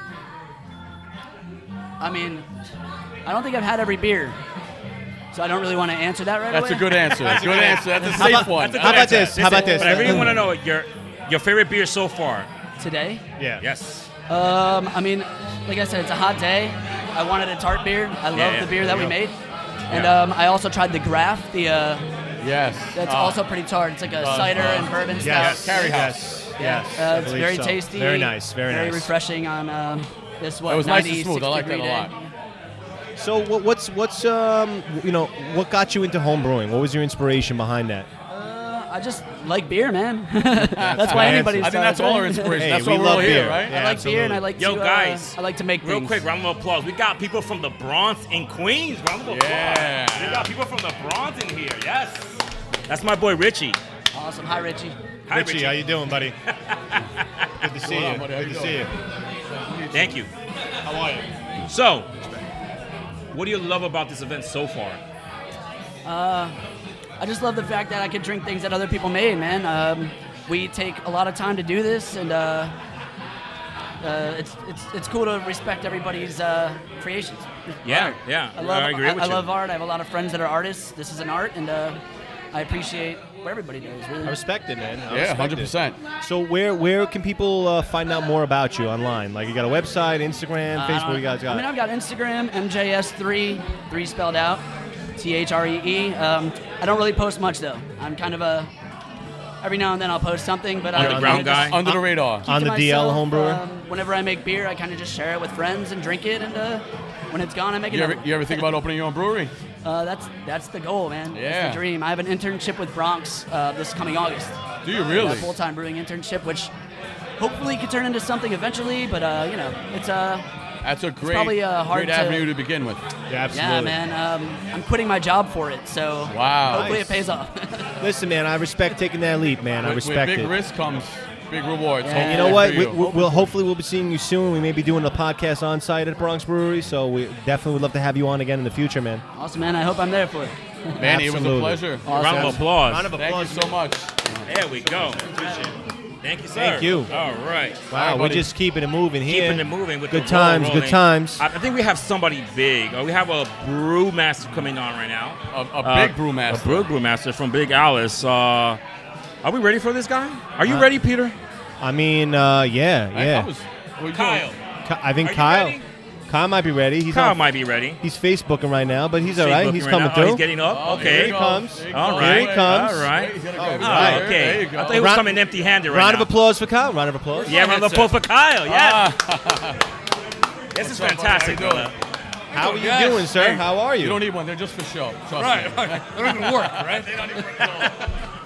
S12: I mean, I don't think I've had every beer, so I don't really want to answer that right
S5: That's
S12: away.
S5: a good answer. That's a Good good answer. answer. That's a How safe about- one. that's a
S3: How about this? How about this? But I really want to know your your favorite beer so far.
S12: Today?
S1: Yeah.
S3: Yes.
S12: Um, I mean, like I said, it's a hot day. I wanted a tart beer. I love
S3: Yeah, yeah.
S12: the beer that we
S3: Yeah.
S12: made, and
S3: Yeah.
S12: um, I also tried the Graf. The uh,
S5: yes,
S12: that's
S5: Ah.
S12: also pretty tart. It's like a
S5: Uh,
S12: cider
S5: uh,
S12: and bourbon
S5: yes.
S12: style.
S5: Carry house.
S12: Yeah.
S5: Yes, I
S12: Uh, it's
S5: believe
S12: very
S5: so.
S12: tasty.
S5: Very nice, very
S12: very
S5: nice.
S12: refreshing on um, this one.
S5: That was nice and smooth. I like that a lot.
S1: So what, what's what's um you know what got you into home brewing? What was your inspiration behind that?
S12: Uh, I just like beer, man. that's why
S1: my
S12: anybody's.
S1: answer. I think that's all our inspiration. Hey, That's why we we're all love here, beer. right?
S12: I
S1: Yeah,
S12: like beer, and I
S1: absolutely.
S12: like
S3: Yo,
S12: to. uh,
S3: guys.
S12: I like to make
S3: Real
S12: things.
S3: quick, round of applause. We got people from the Bronx and Queens. Round of applause.
S12: Yeah.
S3: We got people from the Bronx in here. Yes. That's my boy Richie.
S12: Awesome. Hi, Richie.
S3: Hi, Richie.
S1: how you doing, buddy? Good to see
S3: What up,
S1: you.
S3: buddy? How
S1: Good
S3: you
S1: to see you.
S3: Thank you. How
S1: are you?
S3: So, what do you love about this event so far?
S12: Uh, I just love the fact that I could drink things that other people made, man. Um, we take a lot of time to do this, and uh, uh, it's, it's, it's cool to respect everybody's uh, creations.
S3: Yeah, yeah.
S12: I love,
S3: I agree with you.
S12: love art. I have a lot of friends that are artists. This is an art, and uh, I appreciate what everybody does, really.
S1: I respect it, man. I
S5: Yeah,
S1: respect it.
S5: 100%.
S1: So where where can people uh, find out more about you online? Like you got a website, Instagram,
S12: Uh, I
S1: Facebook.
S12: don't-
S1: You guys got.
S12: I mean, I've got Instagram, MJS3, three spelled out, T H R E E. Um, I don't really post much though. I'm kind of a every now and then I'll post something, but I
S5: Underground
S12: kinda
S5: guy. Under the radar.
S12: keep
S1: On
S12: to
S1: the DL
S12: myself.
S1: homebrewer?
S12: Um, whenever I make beer, I kind of just share it with friends and drink it, and uh, when it's gone, I make it.
S5: You ever, you ever think about opening your own brewery?
S12: Uh, that's that's the goal, man.
S5: Yeah.
S12: That's the dream. I have an internship with Bronx uh, this coming August.
S5: Do you really?
S12: A full-time brewing internship, which hopefully could turn into something eventually. But uh, you know, it's uh,
S5: That's a great,
S12: probably, uh, hard
S5: great
S12: to-
S5: avenue to begin with.
S1: Yeah,
S12: yeah, man. Um, I'm quitting my job for it, so
S5: Wow.
S12: hopefully
S5: Nice.
S12: it pays off.
S1: Listen, man, I respect taking that leap, man. I
S5: With- with
S1: respect
S5: big
S1: it.
S5: risk comes big rewards.
S1: And you know what? We, we- we'll hopefully we'll be seeing you soon. We may be doing a podcast on site at Bronx Brewery, so we definitely would love to have you on again in the future, man.
S12: awesome, man. I hope I'm there for it.
S5: Manny, it was a
S1: Absolutely.
S5: pleasure.
S12: Awesome. Round of
S3: applause.
S5: Round of applause. Thank you so much.
S3: There we go. Thank you, sir.
S1: Thank you.
S3: All right.
S1: Wow, we're just keeping it moving here.
S3: keeping it moving with
S1: good
S3: the ball
S1: times, good
S3: rolling.
S1: times.
S3: I, I think we have somebody big. Uh, we have a brewmaster coming on right now.
S5: A,
S1: Uh,
S5: big brewmaster.
S3: Uh, A brew brewmaster from Big Alice. Uh, are we ready for this guy? Are you ready, Peter?
S1: I mean, uh, yeah,
S3: I- I
S1: yeah.
S3: was- Kyle.
S1: Ki- I think
S3: Are you
S1: Kyle.
S3: ready?
S1: Kyle might be ready. He's
S3: Kyle
S1: on-
S3: might be ready.
S1: He's Facebooking right now, but he's all right.
S3: Facebooking
S1: He's
S3: right
S1: coming
S3: now.
S1: through.
S3: Oh, he's getting up.
S1: Oh,
S3: okay.
S1: Here he comes.
S3: All right.
S1: Here he comes.
S3: All right.
S1: grab his
S3: All right.
S1: bag.
S3: Okay.
S1: There you go.
S3: I thought he was
S1: Round-
S3: coming empty-handed right
S1: Round
S3: now.
S1: of applause for Kyle. Round of applause.
S3: Yeah, round of applause for Kyle. Yes. this
S5: Ah. What's
S3: is
S5: up, buddy?
S3: fantastic.
S5: How you doing?
S3: brother.
S1: How are you doing, sir? How are you?
S5: You don't need one. They're just for show. Trust
S3: Right,
S5: me.
S3: right. They don't even work, right? They don't even work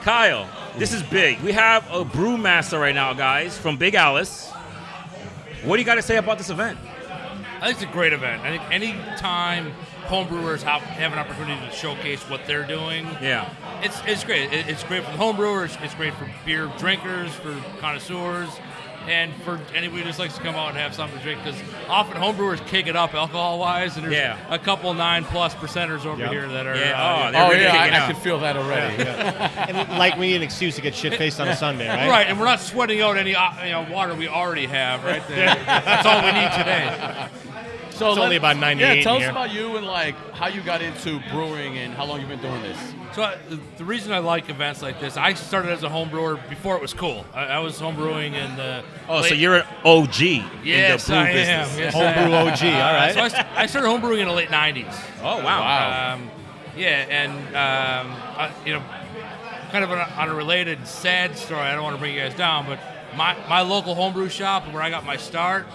S3: Kyle, this is big. We have a brewmaster right now, guys, from Big Alice. What do you got to say about this event?
S13: I think it's a great event. I think any time homebrewers have, have an opportunity to showcase what they're doing,
S3: Yeah.
S13: it's it's great. It, it's great for the homebrewers. It's great for beer drinkers, for connoisseurs. and for anybody who just likes to come out and have something to drink because often homebrewers kick it up alcohol wise, and there's
S3: Yeah.
S13: a couple nine plus percenters over here that are.
S3: Yeah,
S13: uh,
S3: oh, they're really kicking
S13: I
S3: up.
S13: could feel that already.
S1: and like we need an excuse to get shit faced on a Sunday, right?
S13: Right, and we're not sweating out any uh, you know, water we already have right there. That's all we need today.
S5: So let- Yeah, tell us
S13: about
S5: about you and like how you got into brewing and how long you've been doing this.
S13: So I, the reason I like events like this, I started as a home brewer before it was cool. I, I was home brewing and uh,
S3: Oh, so
S13: late-
S3: you're an OG
S13: Yes,
S3: in the brew
S13: I
S3: business.
S13: am. Yes, I am.
S3: Homebrew OG, all
S13: Uh,
S3: right.
S13: So I, st- I started homebrewing in the late '90s.
S3: Oh, wow. Wow.
S13: Um, yeah, and um, I, you know, kind of on a, on a related sad story. I don't want to bring you guys down, but my my local homebrew shop where I got my start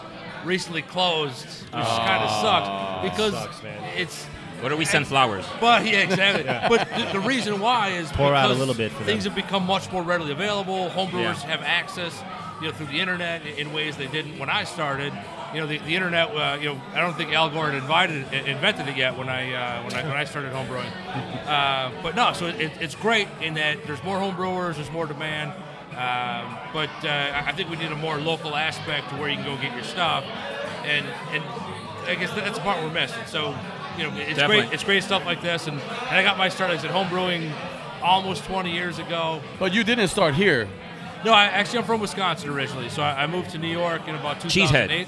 S13: recently closed, which kind of
S3: Oh,
S13: sucks because
S3: sucks, man.
S13: it's.
S3: Where do we send flowers?
S13: But yeah, exactly.
S3: Yeah.
S13: But the, the reason why is
S3: Pour out a
S13: because
S3: little bit for
S13: things
S3: them.
S13: have become much more readily available. Homebrewers
S3: Yeah.
S13: have access, you know, through the internet i- in ways they didn't when I started. You know, the, the internet. Uh, you know, I don't think Al Gore had invited, i- invented it yet when I uh, when I when I started homebrewing. Uh, but no, so it, it's great in that there's more homebrewers, there's more demand. Um, but uh, I- I think we need a more local aspect to where you can go get your stuff, and and I guess that's the part we're missing. So you know, it's
S3: Definitely.
S13: great. It's great stuff like this, and, and I got my start. Like I said home brewing almost 20 years ago.
S5: But you didn't start here.
S13: No, I actually I'm from Wisconsin originally, so I, I moved to New York in about
S5: Cheesehead.
S13: 2008.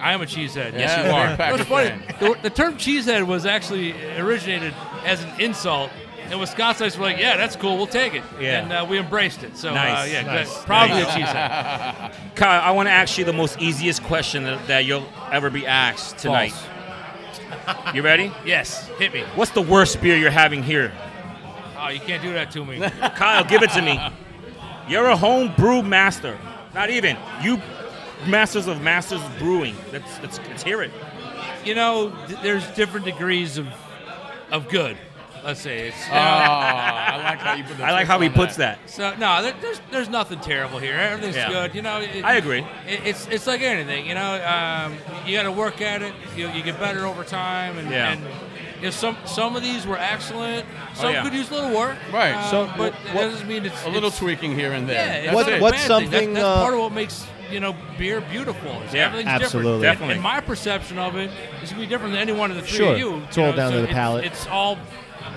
S13: I am a cheesehead.
S5: Yeah,
S13: Yes,
S5: you're
S13: you
S5: a
S13: are.
S5: big
S13: It was
S5: Packer
S13: funny.
S5: fan.
S13: The, the term cheesehead was actually originated as an insult. And Wisconsinites were like, "Yeah, that's cool. We'll take it."
S3: Yeah.
S13: And uh, we embraced it. So, uh,
S3: Nice.
S13: yeah,
S3: Nice.
S13: good. probably
S3: Nice.
S13: a cheesehead.
S3: Kyle, I want to ask you the most easiest question that, that you'll ever be asked tonight. You ready?
S13: Yes, hit me.
S3: What's the worst beer you're having here?
S13: Oh, you can't do that to me.
S3: Kyle, give it to me. You're a home brew master. Not even. You masters of masters of brewing. Let's, let's, let's hear it.
S13: you know, th- there's different degrees of of good. Let's say it's.
S3: Oh, I like how you put the I like how he twist on puts that. that.
S13: So no, there, there's there's nothing terrible here. Everything's
S3: Yeah.
S13: good. You know, it-
S3: I agree.
S13: It, it's it's like anything. You know, um, you got to work at it. You, you get better over time, and,
S3: Yeah. Oh,
S13: and you know, some some of these were excellent. Some
S5: Oh, yeah.
S13: could use a little work.
S5: Right.
S13: uh,
S5: So
S13: but
S5: wh-
S13: that
S5: what-
S13: doesn't mean it's
S5: a little
S13: it's-
S5: tweaking here and there.
S13: Yeah, it's
S5: What-
S13: not a
S5: what's
S13: bad thing.
S5: something,
S13: That's, that's
S5: uh,
S13: part of what makes you know beer beautiful. Is
S1: Yeah,
S13: everything's
S1: absolutely.
S13: different.
S1: Definitely.
S13: And my perception of it is gonna be different than any one of the three
S1: Sure.
S13: of you.
S1: It's
S13: you
S1: all
S13: know,
S1: down
S13: so
S1: to the
S13: it's-
S1: palate.
S13: It's all,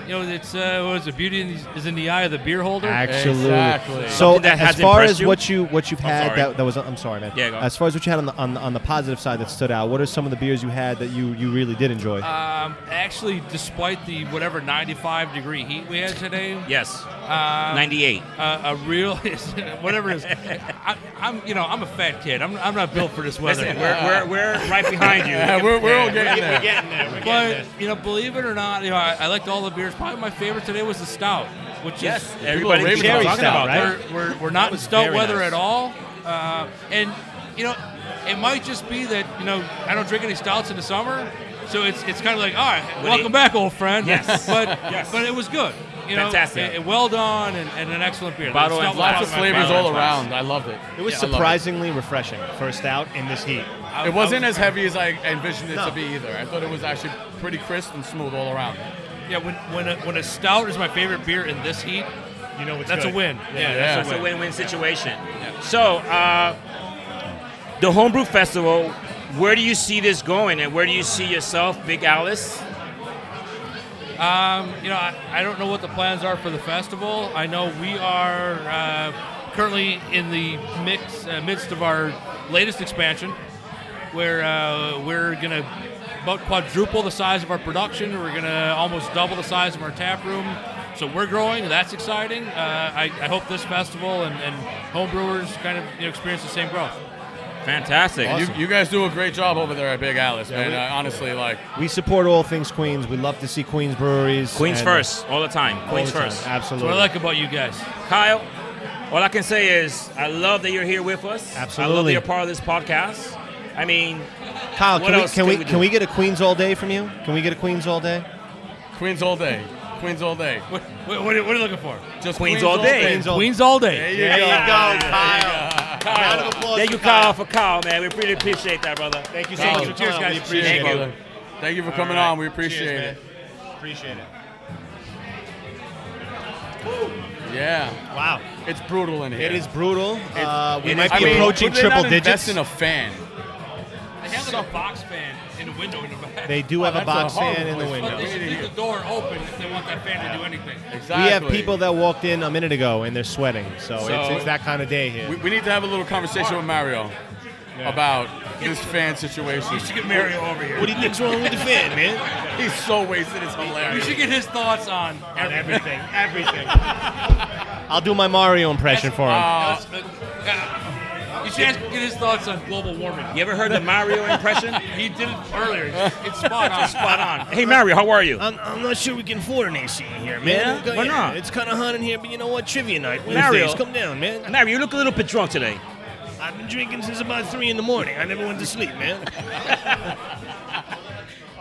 S13: you know, it's uh, what is it? Beauty in the, is in the eye of the beer holder.
S1: Absolutely. So as far as what you what you've
S13: I'm
S1: had
S13: sorry.
S1: that, that was I'm sorry man.
S13: Yeah, go on.
S1: As far as what you had on the, on the on the positive side that stood out, what are some of the beers you had that you you really did enjoy?
S13: Um, actually, despite the whatever 95 degree heat we had today.
S3: Yes.
S13: um,
S3: 98.
S13: Uh, a real, whatever it is. I, I'm, you know, I'm a fat kid. I'm, I'm not built for this weather.
S3: Listen, we're, we're, we're right behind you.
S13: Yeah, we're- we're all getting
S3: we're,
S13: there.
S3: We're getting there. We're
S13: but
S3: getting there.
S13: you know, believe it or not, you know, I, I liked all the beers. Probably my favorite today was the stout, which
S3: Yes,
S13: is People
S3: everybody
S13: are
S3: keeps
S13: raving
S3: talking about that.
S13: We're, we're, we're
S3: That
S13: not in
S3: was
S13: stout
S3: very
S13: weather
S3: nice.
S13: at all, uh, and you know, it might just be that you know I don't drink any stouts in the summer, so it's it's kind of like all right,
S3: Would
S13: welcome
S3: it-
S13: back, old friend.
S3: Yes.
S13: but
S3: Yes.
S13: but it was good. You know,
S3: Fantastic.
S13: it- it- well done and, and an excellent beer. The
S3: Bottle and
S13: stout was
S3: glass.
S13: probably my
S3: Lots of flavors
S13: favorite.
S3: all around.
S5: I loved it.
S1: It was
S5: Yeah, I love it.
S1: surprisingly refreshing first out in this heat.
S5: It wasn't as heavy as I envisioned it to be either. I thought it was actually pretty crisp and smooth all around.
S13: Yeah, when when a, when a stout is my favorite beer in this heat,
S1: you know it's
S13: that's
S3: good.
S13: a win.
S3: Yeah,
S13: Yeah,
S3: yeah.
S13: that's
S3: It's a
S13: a win.
S3: win-win situation. So, uh, the Homebrew Festival, where do you see this going and where do you see yourself, Big Alice?
S13: Um, you know, I, I don't know what the plans are for the festival. I know we are uh, currently in the mix, uh, midst of our latest expansion, where uh, we're gonna about quadruple the size of our production. We're gonna almost double the size of our tap room. So we're growing. That's exciting. Uh, I, I hope this festival and, and homebrewers kind of you know, experience the same growth.
S3: Fantastic.
S5: And You, you guys do a great job over there at Big Alice, man.
S1: we-
S5: I honestly, like
S1: We support all things Queens. We love to see Queens breweries.
S3: Queens
S1: and- uh,
S3: first, all the time.
S1: All
S3: Queens
S1: the time,
S3: first.
S1: absolutely. That's what I like
S13: about you guys.
S3: Kyle, all I can say is I love that you're here with us. I love that
S1: Absolutely.
S3: you're part of this podcast. I mean,
S1: Kyle,
S3: what
S1: can we
S3: else
S1: can we,
S3: do?
S1: can we get a Queens all day from you? Can we get a Queens all day?
S5: Queens all day. Queens all day.
S13: What, what, what are you looking for?
S5: Just
S3: Queens all day.
S5: Queens all,
S13: Queens all day.
S5: There you
S3: There
S5: go.
S3: you go,
S5: Kyle.
S3: Kyle. Thank you, Kyle, for Kyle, man. We really appreciate that, brother. Thank
S5: you so much for coming on. We appreciate it, brother. Thank you for coming on. We appreciate it.
S1: Appreciate it.
S5: Yeah.
S1: Wow.
S5: It's brutal in here.
S1: It is brutal. Uh, we
S5: it
S1: might
S5: is
S1: be
S5: brutal.
S1: approaching
S5: Would they not
S1: triple digits.
S5: Invest in a fan.
S3: They have like a box fan in the window in the back.
S1: They do have a
S3: Oh,
S1: box
S3: that's horrible
S1: fan in the
S3: place.
S1: window.
S3: But they should leave the door open if they want that fan to do anything.
S1: We have people that walked in a minute ago and they're sweating, so,
S5: So-
S1: it's, it's that kind of day here.
S5: We, we need to have a little conversation with Mario about this fan situation. You should
S3: get Mario over here.
S1: What do you think's wrong with the fan,
S5: man? He's so wasted. It's
S3: You
S5: hilarious.
S3: should get his thoughts on everything.
S1: everything. I'll do my Mario impression for him.
S3: Uh,
S5: Oh,
S3: you should ask, get his thoughts on global warming. You ever heard the Mario impression? he did it earlier. It's spot on. spot on. Uh, Hey, Mario, how are you?
S14: I'm, I'm not sure we can afford an AC in here,
S3: Yeah?
S14: man. We've got-
S3: Why not?
S14: It's kind of hot in here, but you know what? Trivia night. Wednesdays.
S3: Mario.
S14: come down, man.
S3: Mario, you look a little bit drunk today.
S14: I've been drinking since about three in the morning. I never went to sleep, man.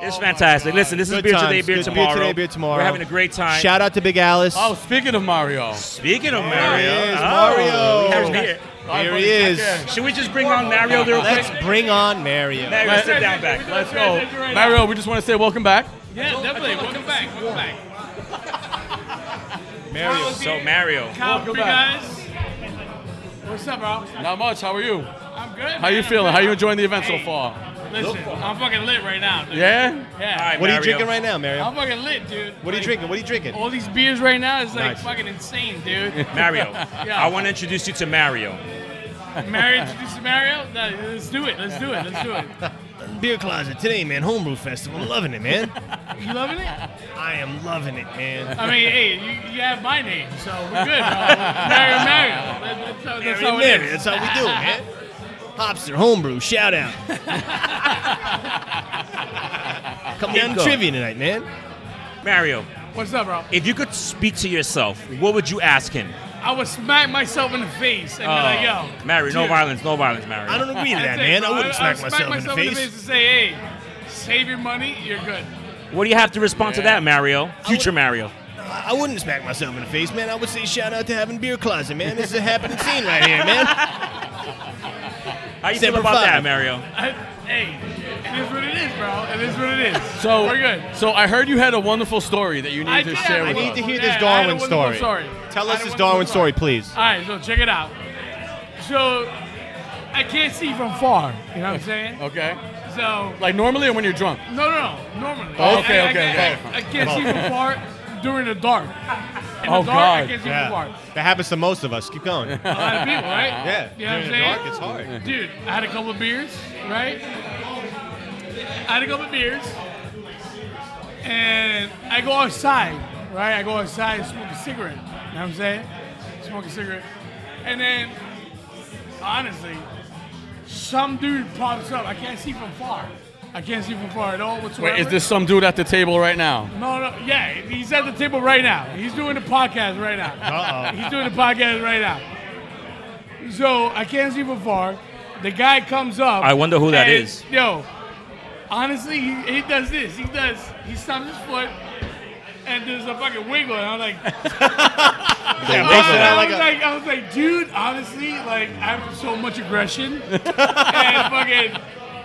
S3: It's fantastic. Listen, this
S1: Oh Good
S3: is beer today,
S1: times.
S3: beer
S1: Good
S3: tomorrow.
S1: Beer today, beer tomorrow.
S3: We're having a great time.
S1: Shout out to Big Alice.
S5: Oh, speaking of Mario.
S3: Speaking of
S1: There
S3: Mario,
S1: he is,
S3: oh,
S1: Mario.
S3: we have beer.
S1: Here he is.
S3: Should we just bring on Mario real quick?
S1: Let's bring on Mario.
S3: Mario, sit down back.
S5: Let's go. Mario, we just want to say welcome back.
S3: Yeah, definitely. Welcome back. Welcome back.
S5: Mario.
S3: So Mario.
S5: Welcome back. What's up, bro? Not much. How are you?
S15: I'm good.
S5: How you feeling? How you enjoying the event so far?
S15: Listen, I'm fucking lit right now. dude.
S5: Yeah?
S15: Yeah.
S1: what are you drinking right now, Mario?
S15: I'm fucking lit, dude.
S1: What are you drinking? What are you drinking?
S15: All these beers right now is like
S1: Nice.
S15: fucking insane, dude.
S3: Mario,
S15: yeah.
S3: I want to introduce you to Mario.
S15: Mario, introduce Mario. No, let's do it. Let's do it. Let's do it.
S14: Beer closet today, man. Homebrew festival. I'm loving it, man.
S15: You loving it?
S14: I am loving it, man.
S15: I mean, hey, you, you have my name, so we're good. bro. Mario, Mario. That- That's how, that's
S14: Mary,
S15: how it
S14: Mary,
S15: is.
S14: that's how we do it, man. Hopster homebrew. Shout out.
S3: Come
S14: Come down to trivia tonight, man.
S3: Mario,
S15: What's up, bro?
S3: if you could speak to yourself, what would you ask him?
S15: I would smack myself in the face and be
S3: Oh,
S15: like, yo.
S3: Mario, no
S15: dude.
S3: violence, no violence, Mario.
S15: That's it, bro. I'll myself in the face and say, hey, save your money. You're good.
S3: What do you have to respond to
S14: Yeah.
S3: that, Mario? Future Mario.
S14: I I wouldn't smack myself in the face, man. I would say shout out to having beer closet, man. This is a happening scene right here, man.
S3: How you
S14: Semper
S3: feel about
S14: Fi.
S3: that, Mario?
S15: I, hey, it is what it is, bro. It is what it is.
S5: So
S15: we're good.
S5: So I heard you had a wonderful story that you need
S15: I
S5: to
S15: did.
S5: share
S15: I
S5: with
S15: need
S5: us.
S15: to hear
S1: this
S15: Yeah, I had a
S1: Darwin
S15: wonderful
S1: story. Tell us this Darwin story, please.
S15: All right, so check it out. So I can't see from far. You know what I'm saying?
S5: Okay.
S15: So
S5: Like normally or when you're drunk?
S15: no, no, no. Normally,
S5: Oh, okay,
S15: I, I,
S5: okay,
S15: I,
S5: okay.
S15: I, I can't see
S1: Oh.
S15: from far during the dark. In
S1: oh
S15: the dark, I can't see
S1: Yeah.
S15: from far.
S1: That happens to most of us. Keep going. a
S15: A lot of people, right?
S1: Yeah.
S15: You know what
S1: During
S15: I'm
S1: the
S15: saying?
S1: dark, it's hard.
S15: Dude, I had a couple of beers, right? I had a couple of beers. And I go outside, right? I go outside and smoke a cigarette. You know what I'm saying? Smoke a cigarette. And then, honestly, some dude pops up. I can't see from far. I can't see from far at all whatsoever.
S5: Wait, is this some dude at the table right now?
S15: No, no, yeah, he's at the table right now. He's doing the podcast right now.
S5: Uh-oh.
S15: He's doing the podcast right now. So I can't see from far. The guy comes up.
S3: I wonder who that
S15: that is.
S3: is.
S15: Yo, honestly, he, he does this. He does. He stomps his foot, and there's a fucking wiggle, and I'm like,
S1: wiggle.
S15: I,
S1: Like
S15: was
S1: a-
S15: like, I was like, dude, honestly, like I have so much aggression and fucking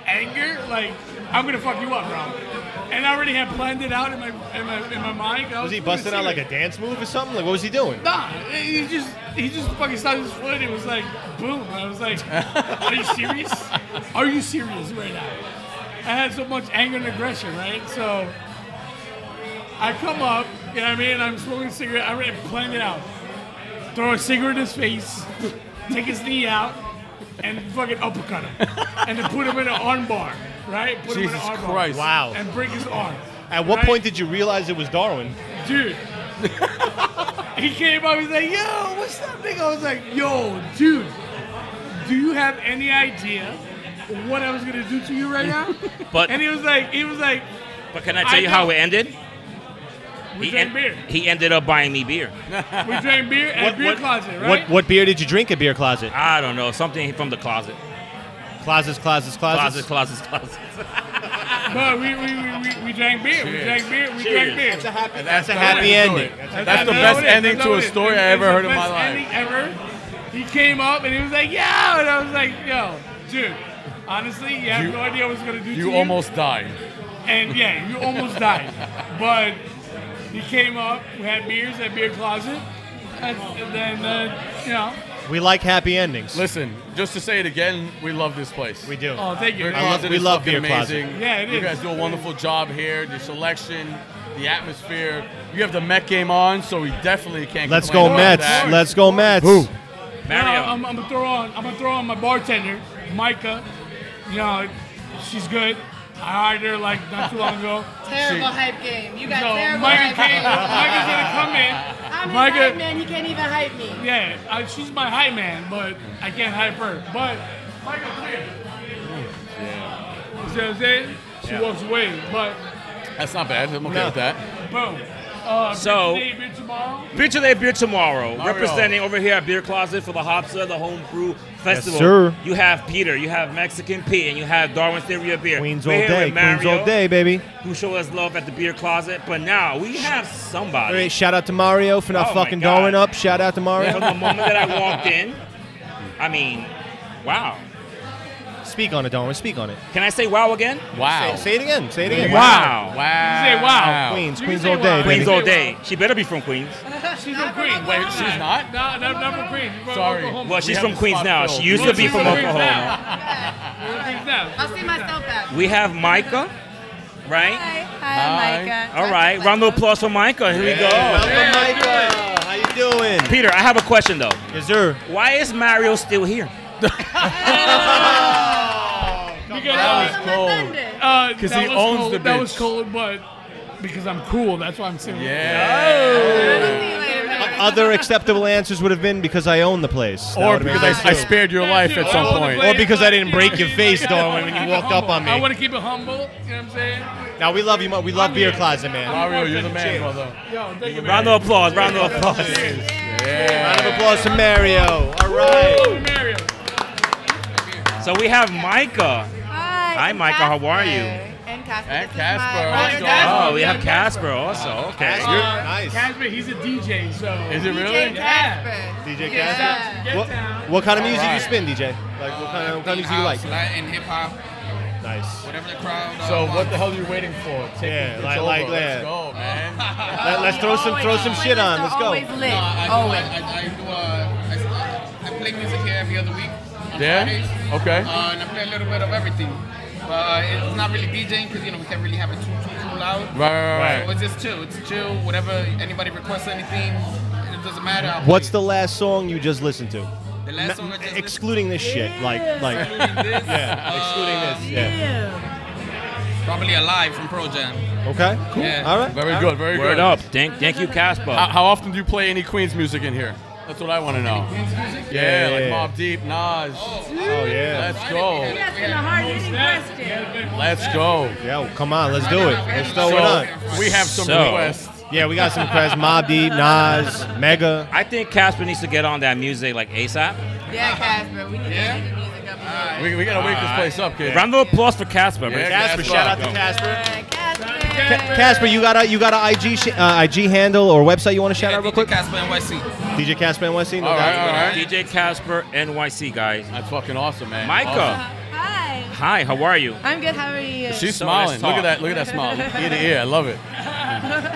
S15: anger, like I'm gonna fuck you up, bro. And I already had planned it out in my in my, in my mind. I
S1: Was he
S15: gonna
S1: busting out
S15: see
S1: like
S15: it.
S1: a dance move or something? Like what was he doing?
S15: Nah, he just he just fucking stopped his foot. and It was like boom. I was like, are you serious? Are you serious right now? I had so much anger and aggression, right? So I come up, you know what I mean? I'm smoking a cigarette. I already planned it out. Throw a cigarette in his face, take his knee out, and fucking uppercut him, and then put him in an arm bar, right? Put him in
S1: Jesus
S15: an arm bar.
S1: Christ. Wow.
S15: And break his arm.
S1: At what
S15: right?
S1: point did you realize it was Darwin?
S15: dude. he came up, he's like, yo, what's up, nigga? I was like, yo, dude, do you have any idea what I was gonna do to you right now?
S3: But-
S15: and he was like, he was like,
S3: But can I tell you how it ended?
S15: We
S3: He
S15: drank
S3: en-
S15: beer.
S3: He ended up buying me beer.
S15: We drank beer at beer closet, right?
S1: What what beer did you drink at beer closet?
S3: I don't know, something from the closet.
S1: Closets, closets, closets.
S3: Closet, closets, closets.
S15: But we, we, we, we, we drank beer. We
S3: Cheers.
S15: drank beer. We
S3: Cheers.
S15: drank beer.
S3: That's a happy-
S1: That's a happy ending.
S5: That's the best ending to a story I ever heard in my life.
S15: Ending ever. He came up and he was like, yo, and I was like, yo, dude, honestly, you have
S5: You-
S15: no idea what I was gonna do to
S5: You
S15: you.
S5: almost died.
S15: and yeah, you almost died. But he came up, we had beers at beer closet, And, and then, uh, you know,
S1: We like happy endings.
S5: Listen, just to say it again, we love this place. We
S1: do.
S15: Oh, thank you,
S5: Beer
S15: man. I love-
S5: Closet
S1: we
S5: is
S1: love
S5: fucking
S1: Beer Closet.
S5: amazing.
S15: Yeah, it
S5: You
S15: is.
S5: guys do a wonderful job here. Your selection, the atmosphere. You have the Met game on, so we definitely can't.
S1: Let's
S5: complain
S1: go
S5: about
S1: Mets.
S5: that.
S1: Let's go Mets. Who?
S15: Mario. I'm, I'm gonna throw on. I'm gonna throw on my bartender, Micah. You know, she's good. I hired her like not too long ago.
S16: Terrible
S15: She-
S16: hype game. You got
S15: No,
S16: terrible
S15: Micah
S16: hype
S15: came-
S16: game.
S15: Micah's gonna come in.
S16: I'm his
S15: Micah-
S16: hype man. He can't even hype me.
S15: Yeah, I, she's my hype man, but I can't hype her. But Micah, come here. You see what I'm saying? She
S5: Yeah.
S15: walks away, but
S5: That's not bad. I'm okay
S15: No.
S5: with that.
S15: boom. Uh,
S3: So-
S15: bitch today, bitch tomorrow.
S3: Beer today, beer tomorrow.
S15: Mario.
S3: Representing over here at Beer Closet for the Hopsa, the Home Brew Festival.
S1: sir.
S3: You have Peter, you have Mexican Pete, and you have Darwin's Theory of Beer.
S1: Queens
S3: We're
S1: all
S3: here
S1: day.
S3: with
S1: Queens all
S3: Mario,
S1: day, baby.
S3: Who show us love at the Beer Closet, but now we have somebody.
S1: Alright, shout out to Mario for not
S3: Oh my
S1: fucking
S3: God.
S1: going up. Shout out to Mario.
S3: From the moment that I walked in, I mean, wow.
S1: Speak on it, Darwin. Speak on it.
S3: Can I say wow again?
S1: Wow. Say- say it again. Say it again.
S3: Wow.
S1: Wow. You say wow. Queens, You can Queens say all day, wow. baby.
S3: Queens all day. She better be from Queens.
S15: She's from Queens. Wait, she's not? No, no, not from Queens. She's from
S5: Sorry.
S15: Oklahoma.
S3: Well, she's from Queens now. She used to be
S15: She's
S3: from
S15: Queens now.
S3: Oklahoma.
S16: I'll see myself out.
S3: We have Micah, right?
S16: Hi, hi, Micah.
S3: All right. Round of applause for Micah. Here we go.
S1: Micah. How you doing?
S3: Peter, I have a question though.
S1: Yes, sir.
S3: Why is Mario still here?
S15: Oh, Because
S5: That
S15: uh,
S5: was cold.
S15: Uh,
S5: 'Cause
S15: that
S5: he
S15: was
S5: owns
S15: cold.
S5: the
S15: That was
S5: bitch.
S15: cold, but because I'm cool, that's why I'm saying.
S1: Other acceptable answers would have been because I own the place. That
S5: Or
S1: would have been
S5: because I-
S1: nice,
S5: I
S1: too.
S5: spared your life at some point.
S1: Or because I didn't break your face, Darwin, when you walked up on
S15: I
S1: me.
S15: want to keep it humble. You know what I'm saying?
S1: Now we love you. Mo- We love
S15: I'm
S1: Beer
S15: here.
S1: Closet, man.
S15: I'm Mario, you're the man, Cheers. brother. Yo, thank you,
S3: Round of applause. Round of applause.
S1: Round of applause to Mario. All right.
S3: So we have Micah.
S16: Hi.
S3: Hi,
S16: I'm
S3: Micah. How are
S16: Casper.
S3: you?
S16: And Casper.
S5: And
S16: this
S5: Casper,
S16: Is
S5: let's
S16: my
S5: go.
S3: Oh, we have Casper also. Okay.
S15: Uh, Casper, he's a DJ, so.
S5: Is it really?
S16: Casper.
S1: DJ
S15: Yeah.
S1: Casper.
S15: Get
S1: What,
S15: down.
S1: what kind of music you
S15: Alright.
S1: spin, DJ? Like what kind of, what kind of music you like?
S17: Uh, Latin, hip hop,
S1: Nice.
S17: whatever the crowd. uh,
S5: So what
S17: wants.
S5: the hell are you waiting for? Take
S1: Yeah,
S5: it. It's
S1: like-
S5: over.
S1: like that.
S5: Let's go, man.
S1: Let, let's throw some throw some shit on. Let's go.
S16: Always lit.
S17: No, I do,
S16: Always.
S17: I, I, I do. Uh, I, I play music here every other week. On
S5: Yeah?
S17: Fridays.
S5: Okay.
S17: Uh, and I play a little bit of everything, but uh, it's not really DJing because you know we can't really have it too too too loud.
S5: Right, right, right.
S17: So it's just chill. It's chill. Whatever anybody requests, anything. It doesn't matter. I'll
S1: What's the last song you just listened to?
S17: The last song I
S1: Ma- excluding this shit, like like
S17: Excluding this.
S1: yeah, excluding
S17: Uh,
S1: this, yeah.
S17: Probably Alive from Pro Jam.
S1: Okay, cool.
S17: Yeah.
S1: All right.
S5: Very good, very
S3: Word
S5: good.
S3: up. Thank, thank you, Casper.
S5: How, how often do you play any Queens music in here? That's what I want to know. Yeah,
S1: Yeah,
S5: like
S1: yeah.
S5: Mob Deep, Nas. Oh,
S1: yeah.
S5: Let's go.
S16: You're asking a hard-hitting question.
S5: Let's go.
S1: Yeah, Oh, come on, let's do it. Let's throw
S5: So,
S1: it on.
S5: we have some
S3: So-
S5: requests.
S1: Yeah, we got some requests. Mob Deep, Nas, Mega.
S3: I think Casper needs to get on that music like ASAP.
S16: Yeah, Casper. We need to get the music up. All
S5: We, we gotta wake this place up, kid.
S3: Round of applause for Casper. man.
S1: Casper, shout out to
S3: Go.
S1: Casper.
S16: Casper.
S1: Casper, you got a you got a IG sh- uh, IG handle or website you want to shout out real quick?
S17: Casper NYC.
S1: DJ Casper NYC. No doubt.
S3: DJ Casper NYC, guys.
S5: That's fucking awesome, man.
S3: Micah.
S16: Hi.
S3: Hi, how are you?
S16: I'm good. How are you?
S5: She's
S3: So
S5: smiling.
S3: let's
S5: Look at
S3: talk.
S5: that. Look at that smile. ear to ear. I love it.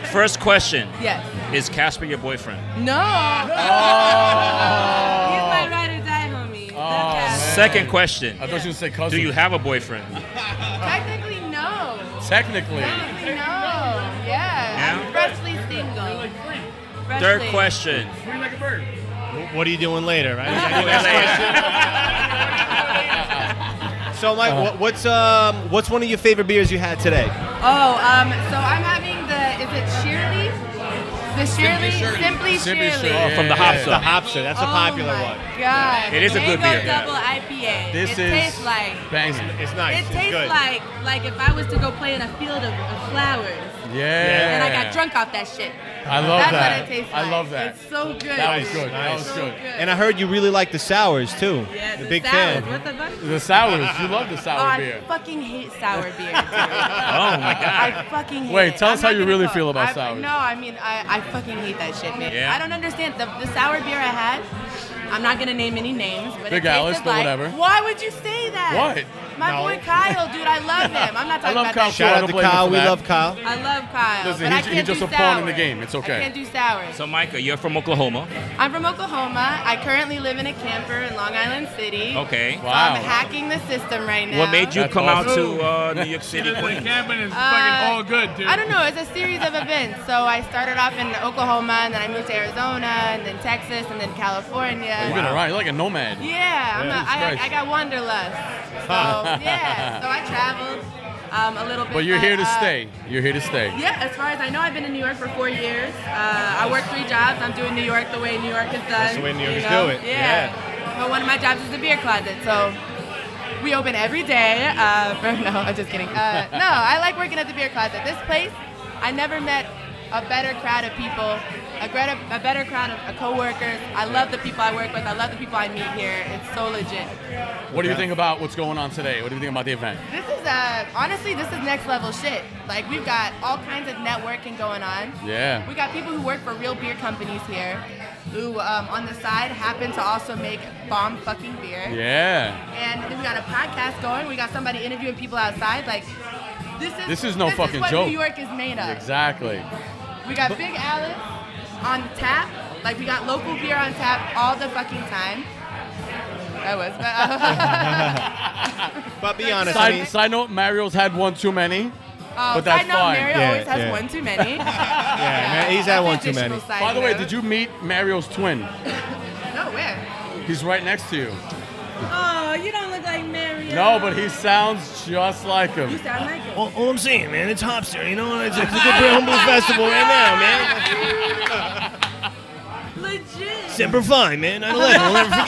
S3: First question.
S16: Yes.
S3: Is Casper your boyfriend?
S16: No.
S3: Oh.
S16: He's my ride or die homie.
S3: Oh. Second question.
S5: Oh, I thought you said cousin.
S3: Do you have a boyfriend?
S16: Technically, no.
S5: Technically.
S16: Technically, no. Yeah. I'm freshly single. Freshly.
S3: Third question.
S16: Free like a bird.
S1: W- What are you doing later, right? so, Mike, what, what's um what's one of your favorite beers you had today?
S16: Oh, um, so I'm having the, is it Shirley? The Shirley? Simply, Shirley. Oh
S1: Oh, from the
S3: Yeah.
S1: Hopser. The Hopser. That's a popular one.
S16: God.
S1: It is a good
S16: Mango
S1: beer.
S16: double IPA.
S1: This
S16: it
S1: is
S16: tastes like.
S5: banging.
S1: It's nice.
S16: It
S1: it's
S16: tastes
S1: good.
S16: like like if I was to go play in a field of, of flowers.
S5: Yeah.
S16: And I got drunk off that shit.
S5: I love
S16: That's
S5: that.
S16: what it tastes
S5: I
S16: like.
S5: love that.
S16: It's so good.
S5: That was good. That was good.
S1: And I heard you really like the sours too.
S16: Yeah,
S1: You're a
S16: the
S1: big
S16: sours.
S1: fan.
S16: What the fuck?
S5: The sours. You love the
S16: oh,
S5: sour
S16: I
S5: beer.
S16: fucking hate sour beer. dude.
S5: Oh my God.
S16: I fucking hate
S5: Wait,
S16: it.
S5: tell us
S16: I'm
S5: how
S16: not
S5: you
S16: gonna
S5: really
S16: go-
S5: feel about
S16: I,
S5: sours.
S16: No, I mean I, I fucking hate that shit, man.
S5: Yeah.
S16: I don't understand the, the sour beer I had. I'm not gonna name any names, but
S5: Big
S16: it tasted
S5: Alice, but
S16: like-
S5: whatever.
S16: Why would you say that?
S5: What?
S16: My
S5: No.
S16: boy Kyle, dude, I love him. I'm not
S5: I
S16: talking
S5: love
S16: about
S5: Kyle.
S16: that.
S5: too. I don't
S1: to
S5: blame him
S1: Kyle.
S5: for
S1: We
S5: that.
S1: love Kyle.
S16: I love Kyle,
S5: Listen,
S16: but
S5: he-
S16: I can't
S5: he's just
S16: do
S5: a pawn in
S16: sour.
S5: the game. It's
S16: I
S5: okay.
S16: can't do sours.
S3: So, Micah, you're from Oklahoma.
S16: I'm from Oklahoma. I currently live in a camper in Long Island City.
S5: Oh,
S3: Okay.
S16: So I'm hacking the system right now.
S3: What made you
S13: That's
S3: come
S13: awesome.
S3: out to uh, New York City, Queens?
S16: Uh, I don't know. It's a series of events. So I started off in Oklahoma, and then I moved to Arizona, and then Texas, and then California.
S5: You've been around. You're like a nomad.
S16: Yeah, I'm
S5: Jesus
S16: a,
S5: Christ.
S16: I, I got wanderlust. So yeah, so I traveled um, a little bit.
S5: But you're here to
S16: uh,
S5: stay. You're here to stay.
S16: Yeah, as far as I know, I've been in New York for four years. Uh, I work three jobs. I'm doing New York the way New York is done.
S1: That's the way New
S16: you
S1: Yorkers
S16: know?
S1: do it.
S16: Yeah. But one of my jobs is the beer closet, so we open every day. Uh, for- no, I'm just kidding. Uh, no, I like working at the beer closet. This place, I never met a better crowd of people, a, greater, a better crowd of uh, coworkers. I love the people I work with. I love the people I meet here. It's so legit.
S5: What do you think about what's going on today? What do you think about the event?
S16: This is uh, honestly, this is next level shit. Like we've got all kinds of networking going on.
S5: Yeah.
S16: We got people who work for real beer companies here, who um, on the side happen to also make bomb fucking beer.
S5: Yeah.
S16: And then we got a podcast going. We got somebody interviewing people outside. Like this is
S5: This is no fucking
S16: what
S5: joke.
S16: New York is made of.
S5: Exactly.
S16: We got Big Alice on tap. Like we got local beer on tap all the fucking time. That was.
S1: but be honest,
S5: Side,
S1: I mean-
S5: side note: Mario's had one too many,
S16: Oh,
S5: but that's
S16: side note,
S5: fine.
S16: Mario always has one too many.
S5: Yeah,
S1: man, he's had one too many.
S16: side
S5: By the way,
S16: note.
S5: did you meet Mario's twin?
S16: No, where?
S5: He's right next to you.
S16: Oh, you don't look like Mario.
S5: No, but he sounds just like him.
S16: sound like it.
S14: All, all I'm saying, man, it's Hopster. You know, it's, it's a good humble festival right now, man.
S16: Legit.
S14: Semper Fi, man. 9/11. I'll never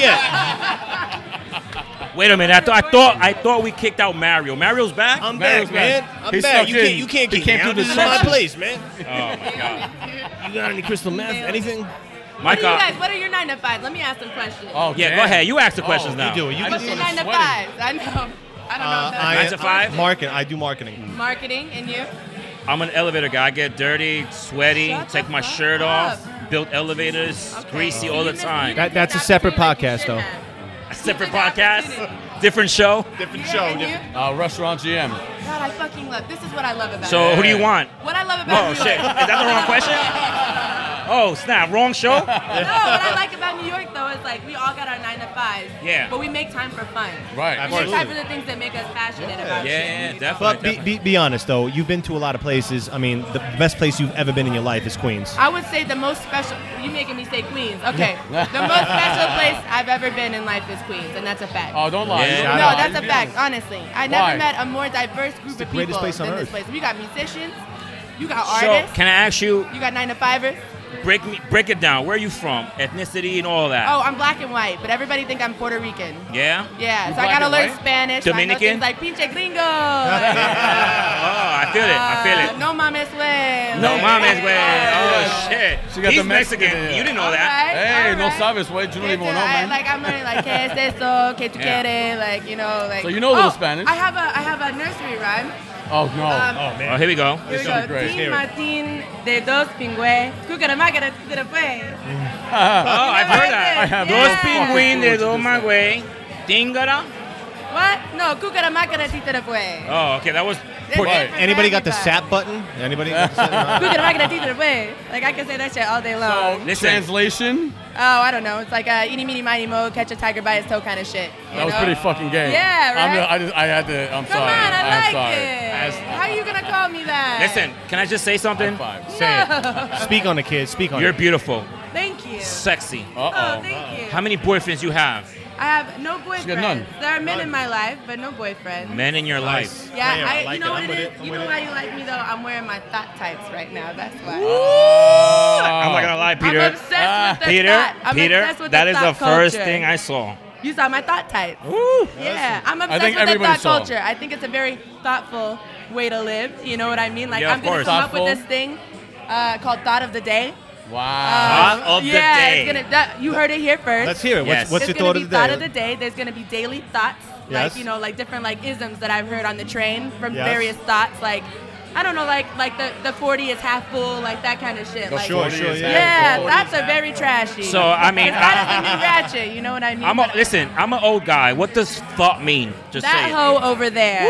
S14: forget.
S3: Wait a minute. I thought I thought I thought we kicked out Mario. Mario's back.
S14: I'm back, man. I'm back. You can't, you can't get me out. This is my place, man.
S3: Oh,
S14: You got any crystal meth? Anything?
S16: What are you guys? What are your nine to five? Let me ask some questions.
S3: uh,
S5: Oh,
S3: yeah. Go ahead. You ask the questions
S1: Oh, you
S3: now.
S1: do it. You I
S16: What's
S1: just
S16: your
S1: started
S16: nine to
S1: sweating.
S16: five? I know. I don't know.
S1: Uh,
S16: if that's-
S1: I am- Marketing. I do marketing.
S16: Marketing and you?
S3: I'm an elevator guy. I get dirty, sweaty, take my shirt off, built elevators, greasy all the time.
S1: That, that's a separate podcast, though.
S3: Separate podcast, different show.
S5: Different
S16: Yeah, show, and different-
S5: Uh, Restaurant GM.
S16: God, I fucking love. This is what I love about.
S3: So
S16: it.
S3: who do you want?
S16: What I love about
S3: Oh
S16: New
S3: shit! Is
S16: York.
S3: that the wrong question? Oh snap! Wrong show.
S16: No, what I like about New York though is like we all got our nine to fives.
S3: Yeah.
S16: But we make time for fun.
S1: Right,
S16: We make time for
S1: absolutely.
S16: the things that make us passionate about
S3: Yeah,
S16: shit.
S3: yeah,
S16: you know?
S1: But be, be, be honest though, you've been to a lot of places. I mean, the best place you've ever been in your life is Queens.
S16: I would say the most special. You making me say Queens? Okay.
S1: Yeah.
S16: the most special place I've ever been in life is Queens, and that's a fact.
S5: Oh, don't lie.
S16: No,
S5: Yeah.
S16: that's a fact. Honestly, I
S3: Why?
S16: never met a more diverse group
S1: the
S16: of
S1: greatest
S16: people
S1: place on
S16: than
S1: earth.
S16: this place. We got musicians, you got
S3: So
S16: artists,
S3: can I ask you?
S16: you got nine to fivers.
S3: Break me, break it down. Where are you from? Ethnicity and all that.
S16: Oh, I'm black and white, but everybody think I'm Puerto Rican.
S3: Yeah.
S16: Yeah,
S3: You
S16: so I
S3: black
S16: gotta
S3: and
S16: learn
S3: white?
S16: Spanish.
S3: Dominican?
S16: So I know things like pinche gringo. like,
S3: Oh, I feel it. I
S16: uh,
S3: feel it.
S16: no mames way.
S3: No,
S16: like,
S3: mames way. Oh shit.
S5: She got
S3: He's
S5: the Mexican.
S3: Mexican. You didn't know
S16: that. Alright,
S5: Hey, no
S16: alright.
S5: sabes, way. You don't even know,
S16: I,
S5: man.
S16: like I'm learning like que es esto, que tu
S5: Yeah.
S16: quieres, like you know, like.
S5: So you know a little
S16: Oh,
S5: Spanish.
S16: I have a I have a nursery rhyme.
S5: Oh no.
S16: Um,
S5: oh
S3: man. Oh, here we go.
S16: Here we go. Tin Martin de dos pingüe, cucaramagara cucarafue. Uh,
S3: oh, I've heard that.
S16: I have
S3: Dos
S16: no
S3: pingüin
S16: fucking
S3: de do my way. Dingara.
S16: What? No, cucaramagara titarafue.
S3: Oh, okay. That was.
S16: It's Puerto- different for
S1: Anybody got the
S16: everybody.
S1: sap button? Anybody? Got the sap
S16: Cucaramagara titarafue. Like I can say that shit all day long.
S5: Translation.
S16: Oh, I don't know. It's like a itty meeny miny mo, catch a tiger by its toe kind of shit. you
S5: That was
S16: know?
S5: pretty fucking gay.
S16: Yeah,
S5: I'm,
S16: right?
S5: I just, I had to. I'm
S16: Come
S5: sorry.
S16: on, I
S5: am
S16: like
S5: sorry.
S16: it. How you gonna call me that?
S3: Listen, can I just say something?
S16: No.
S1: Speak on the kids. Speak on.
S3: You're beautiful,
S16: Thank you.
S3: sexy.
S16: Oh, thank you.
S3: How many boyfriends you have?
S16: I have no boyfriends.
S3: got none.
S16: There are men in my life, but no boyfriends.
S3: Men in your life.
S16: Yeah, I, you know what it is? you know why you like me though? I'm wearing my thought types right now. That's why.
S3: I'm not gonna lie, Peter.
S16: I'm obsessed with the
S3: Uh, Ah, Peter,
S16: thought. I'm
S3: Peter,
S16: obsessed with
S3: that
S16: the
S3: is the
S16: thought
S3: first
S16: culture.
S3: thing I saw.
S16: You saw my thought type. Yeah, I'm
S3: I
S16: obsessed
S3: think
S16: with the
S3: everybody
S16: thought
S3: saw.
S16: culture. I think it's a very thoughtful way to live. You know what I mean? Like
S3: Yeah,
S16: I'm
S3: of
S16: gonna
S3: course.
S16: come up
S3: Thoughtful.
S16: with this thing uh, called thought of the day.
S5: Wow.
S16: Um,
S5: Thought of the
S16: yeah,
S5: day.
S16: It's gonna, that, you heard it here first.
S1: Let's hear it. What's- Yes. what's
S16: There's
S1: your
S16: gonna
S1: thought of
S16: be
S1: the
S16: thought
S1: day?
S16: of the day. There's gonna be daily thoughts,
S1: Yes.
S16: like you know, like different like isms that I've heard on the train from
S1: Yes.
S16: various thoughts, like I don't know, like like the, the 40 is half full, like that kind of
S1: Oh,
S16: shit.
S3: The
S16: like,
S3: 40 is half
S16: yeah,
S3: full.
S16: that's a very trashy.
S3: So, I mean,
S16: it's
S3: I-
S16: gotta be ratchet. You know what I mean?
S3: I'm a, listen. I'm an old guy. What does thought mean? Just
S16: that
S3: say it.
S16: hoe over there.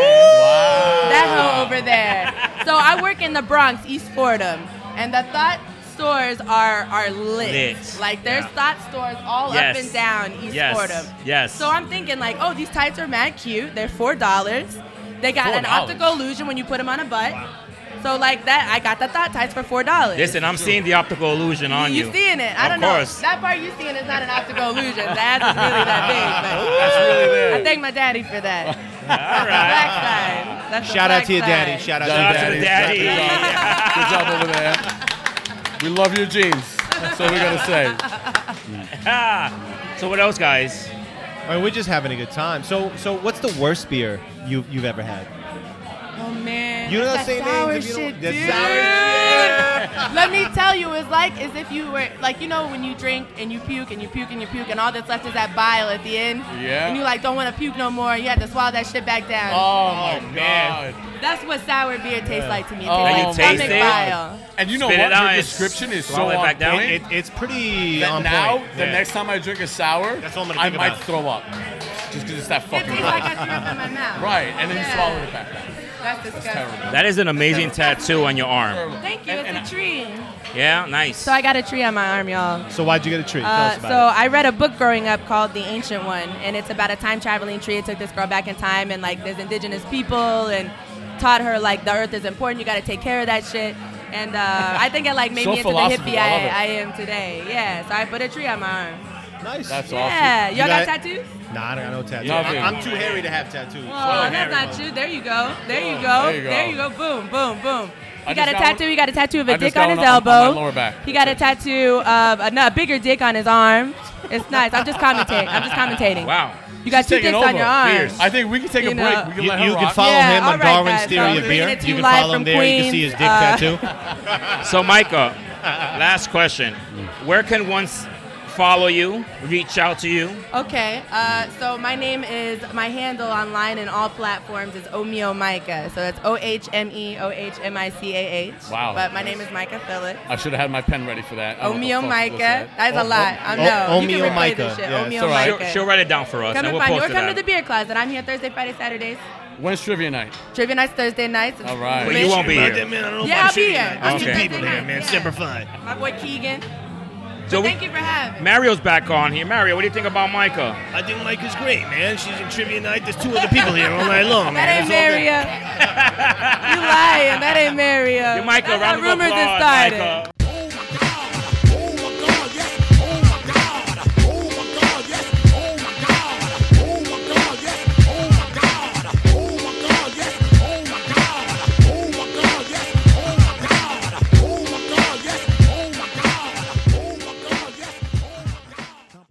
S16: That hoe over there. So I work in the Bronx, East Fordham, and the thought stores are are lit.
S3: Lit.
S16: Like there's
S3: Yeah.
S16: thought stores all
S3: Yes.
S16: up and down East
S3: Yes.
S16: Fordham.
S3: Yes.
S16: So I'm thinking like, oh, these tights are mad cute. They're four dollars. They got an
S3: $4.
S16: optical illusion when you put them on a butt. So like that, I got the thought tights for four dollars.
S3: Listen, I'm seeing the optical illusion on you.
S16: You seeing it? I
S3: Of
S16: don't
S3: course.
S16: know. That part you seeing is not an optical illusion. That's really that big. But
S1: That's really there.
S16: I thank my daddy for that. That's the
S1: Shout out
S16: black
S1: to your
S16: side.
S1: daddy. Shout out
S5: Shout
S1: to
S5: out
S1: your
S5: to
S1: daddy.
S5: daddy. Good job over there. We love your jeans. That's all we gotta say.
S3: so what else, guys?
S1: All right, we're just having a good time. So, so what's the worst beer you've you've ever had?
S16: Oh man.
S1: You know
S16: That's
S1: the same
S16: sour
S1: names if you don't-
S16: shit,
S1: that's
S16: dude.
S1: sour
S16: Let me tell you, it's like as if you were like you know when you drink and you puke and you puke and you puke and all that's left is that bile at the end.
S5: Yeah.
S16: And you like don't want to puke no more. and You had to swallow that shit back down.
S5: Oh, my God.
S16: That's what sour beer tastes like to me. It tastes
S5: Oh,
S16: like
S5: my
S16: stomach
S5: God.
S16: bile.
S5: And you know
S1: Spit it
S5: what?
S1: out
S5: Your
S1: and
S5: description is so
S1: swallow it
S5: on
S1: back down.
S5: point.
S1: It- it's pretty
S5: that
S1: on
S5: now,
S1: point.
S5: the
S1: Yeah.
S5: next time I drink a sour, That's
S1: all I'm gonna
S5: I
S1: think
S5: might
S1: about.
S5: throw up. Just because it's that fucking
S16: tastes like I threw up in my mouth.
S5: Right, and then
S16: Yeah.
S5: you swallow it back down.
S16: That's disgusting.
S3: That is an amazing tattoo on your arm.
S16: Thank you. It's a tree.
S3: Yeah, nice.
S16: So I got a tree on my arm, y'all.
S1: So why'd you get a treat? Tell us
S16: Uh,
S1: about
S16: so I read a book growing up called The Ancient One, and it's about a time traveling tree. It took this girl back in time, and like there's indigenous people, and taught her like the earth is important. You got to take care of that shit. And uh, I think it like made
S5: So
S16: me into the hippie
S5: philosophical, I love
S16: I,
S5: it.
S16: I am today. Yeah. So I put a tree on my arm.
S1: Nice.
S5: That's
S16: Yeah.
S5: awesome.
S16: Y'all
S5: You
S16: got,
S5: got-
S16: tattoos?
S1: it. Nah, I don't got no tattoos.
S5: Nothing.
S1: I, am too hairy to have tattoos.
S16: Oh, that's not you. There you go. There you
S1: There
S16: go.
S1: you go.
S16: There you go. Boom, boom, boom.
S1: I
S16: He got
S1: just got
S16: a
S1: one-
S16: tattoo. He got a tattoo of
S5: I
S16: a
S5: just
S16: dick
S5: got
S16: on
S5: one
S16: his
S5: on- on my
S16: elbow.
S5: lower back.
S16: He got a tattoo of a, no, a bigger dick on his arm. It's nice. I'm just commentating. I'm just commentating.
S3: Wow.
S16: You got two
S5: She's taking
S16: dicks on
S5: over.
S16: your arm.
S5: I think we can take a
S16: You
S5: break.
S16: know.
S5: We can
S1: You-
S5: let her
S1: you can
S5: rock.
S1: follow
S16: Yeah,
S1: him on
S16: all right,
S1: Darwin's
S16: guys.
S1: theory
S16: I'm
S1: of
S16: bringing
S1: beer.
S16: it to
S1: You
S16: you
S1: can
S16: live
S1: follow him
S16: from
S1: there. You can see his dick
S16: Queens. Uh,
S1: tattoo.
S3: So Micah, last question.
S1: Mm.
S3: Where can one s- follow you, reach out to you?
S16: Okay, uh, so my name is my handle online and all platforms is Omeo Micah. So it's O H M E O H M I C A H.
S5: Wow.
S16: But my name is Micah Phillips.
S5: I should have had my pen ready for that. I don't know
S16: Omeo
S5: what the fuck
S16: Micah.
S5: was that.
S16: That is a
S5: Oh,
S16: lot.
S5: oh,
S16: I
S5: oh,
S16: know. You
S5: Omeo
S16: can replay
S5: Micah.
S16: this shit.
S5: Yeah,
S16: Omeo
S5: it's all right.
S16: Micah.
S5: She'll-
S3: she'll write it down for us,
S16: Come
S3: and
S16: and
S3: we'll
S16: find me.
S3: post
S16: Or
S3: it
S16: come
S3: out.
S16: to the beer closet. I'm here Thursday, Friday, Saturdays.
S5: When's trivia night?
S16: Trivia nights Thursday nights. It's
S5: All right.
S16: lit. Yeah, I'll be here.
S3: There's two
S16: Thursday
S3: people
S16: night.
S3: there, man.
S16: Yeah.
S3: Semper Fi.
S16: My boy Keegan.
S3: So
S16: So
S3: we-
S16: thank you for having. me.
S3: Mario's back on here. Mario, what do you think about Micah?
S14: I think Micah's great, man. She's in trivia night. There's two other people here all night long.
S16: That
S14: man.
S16: ain't
S14: It's all good.
S16: Maria. you lying. That ain't Maria.
S3: Micah,
S16: That's
S3: round
S16: how
S3: of
S16: rumors
S3: applause,
S16: started.
S3: Micah.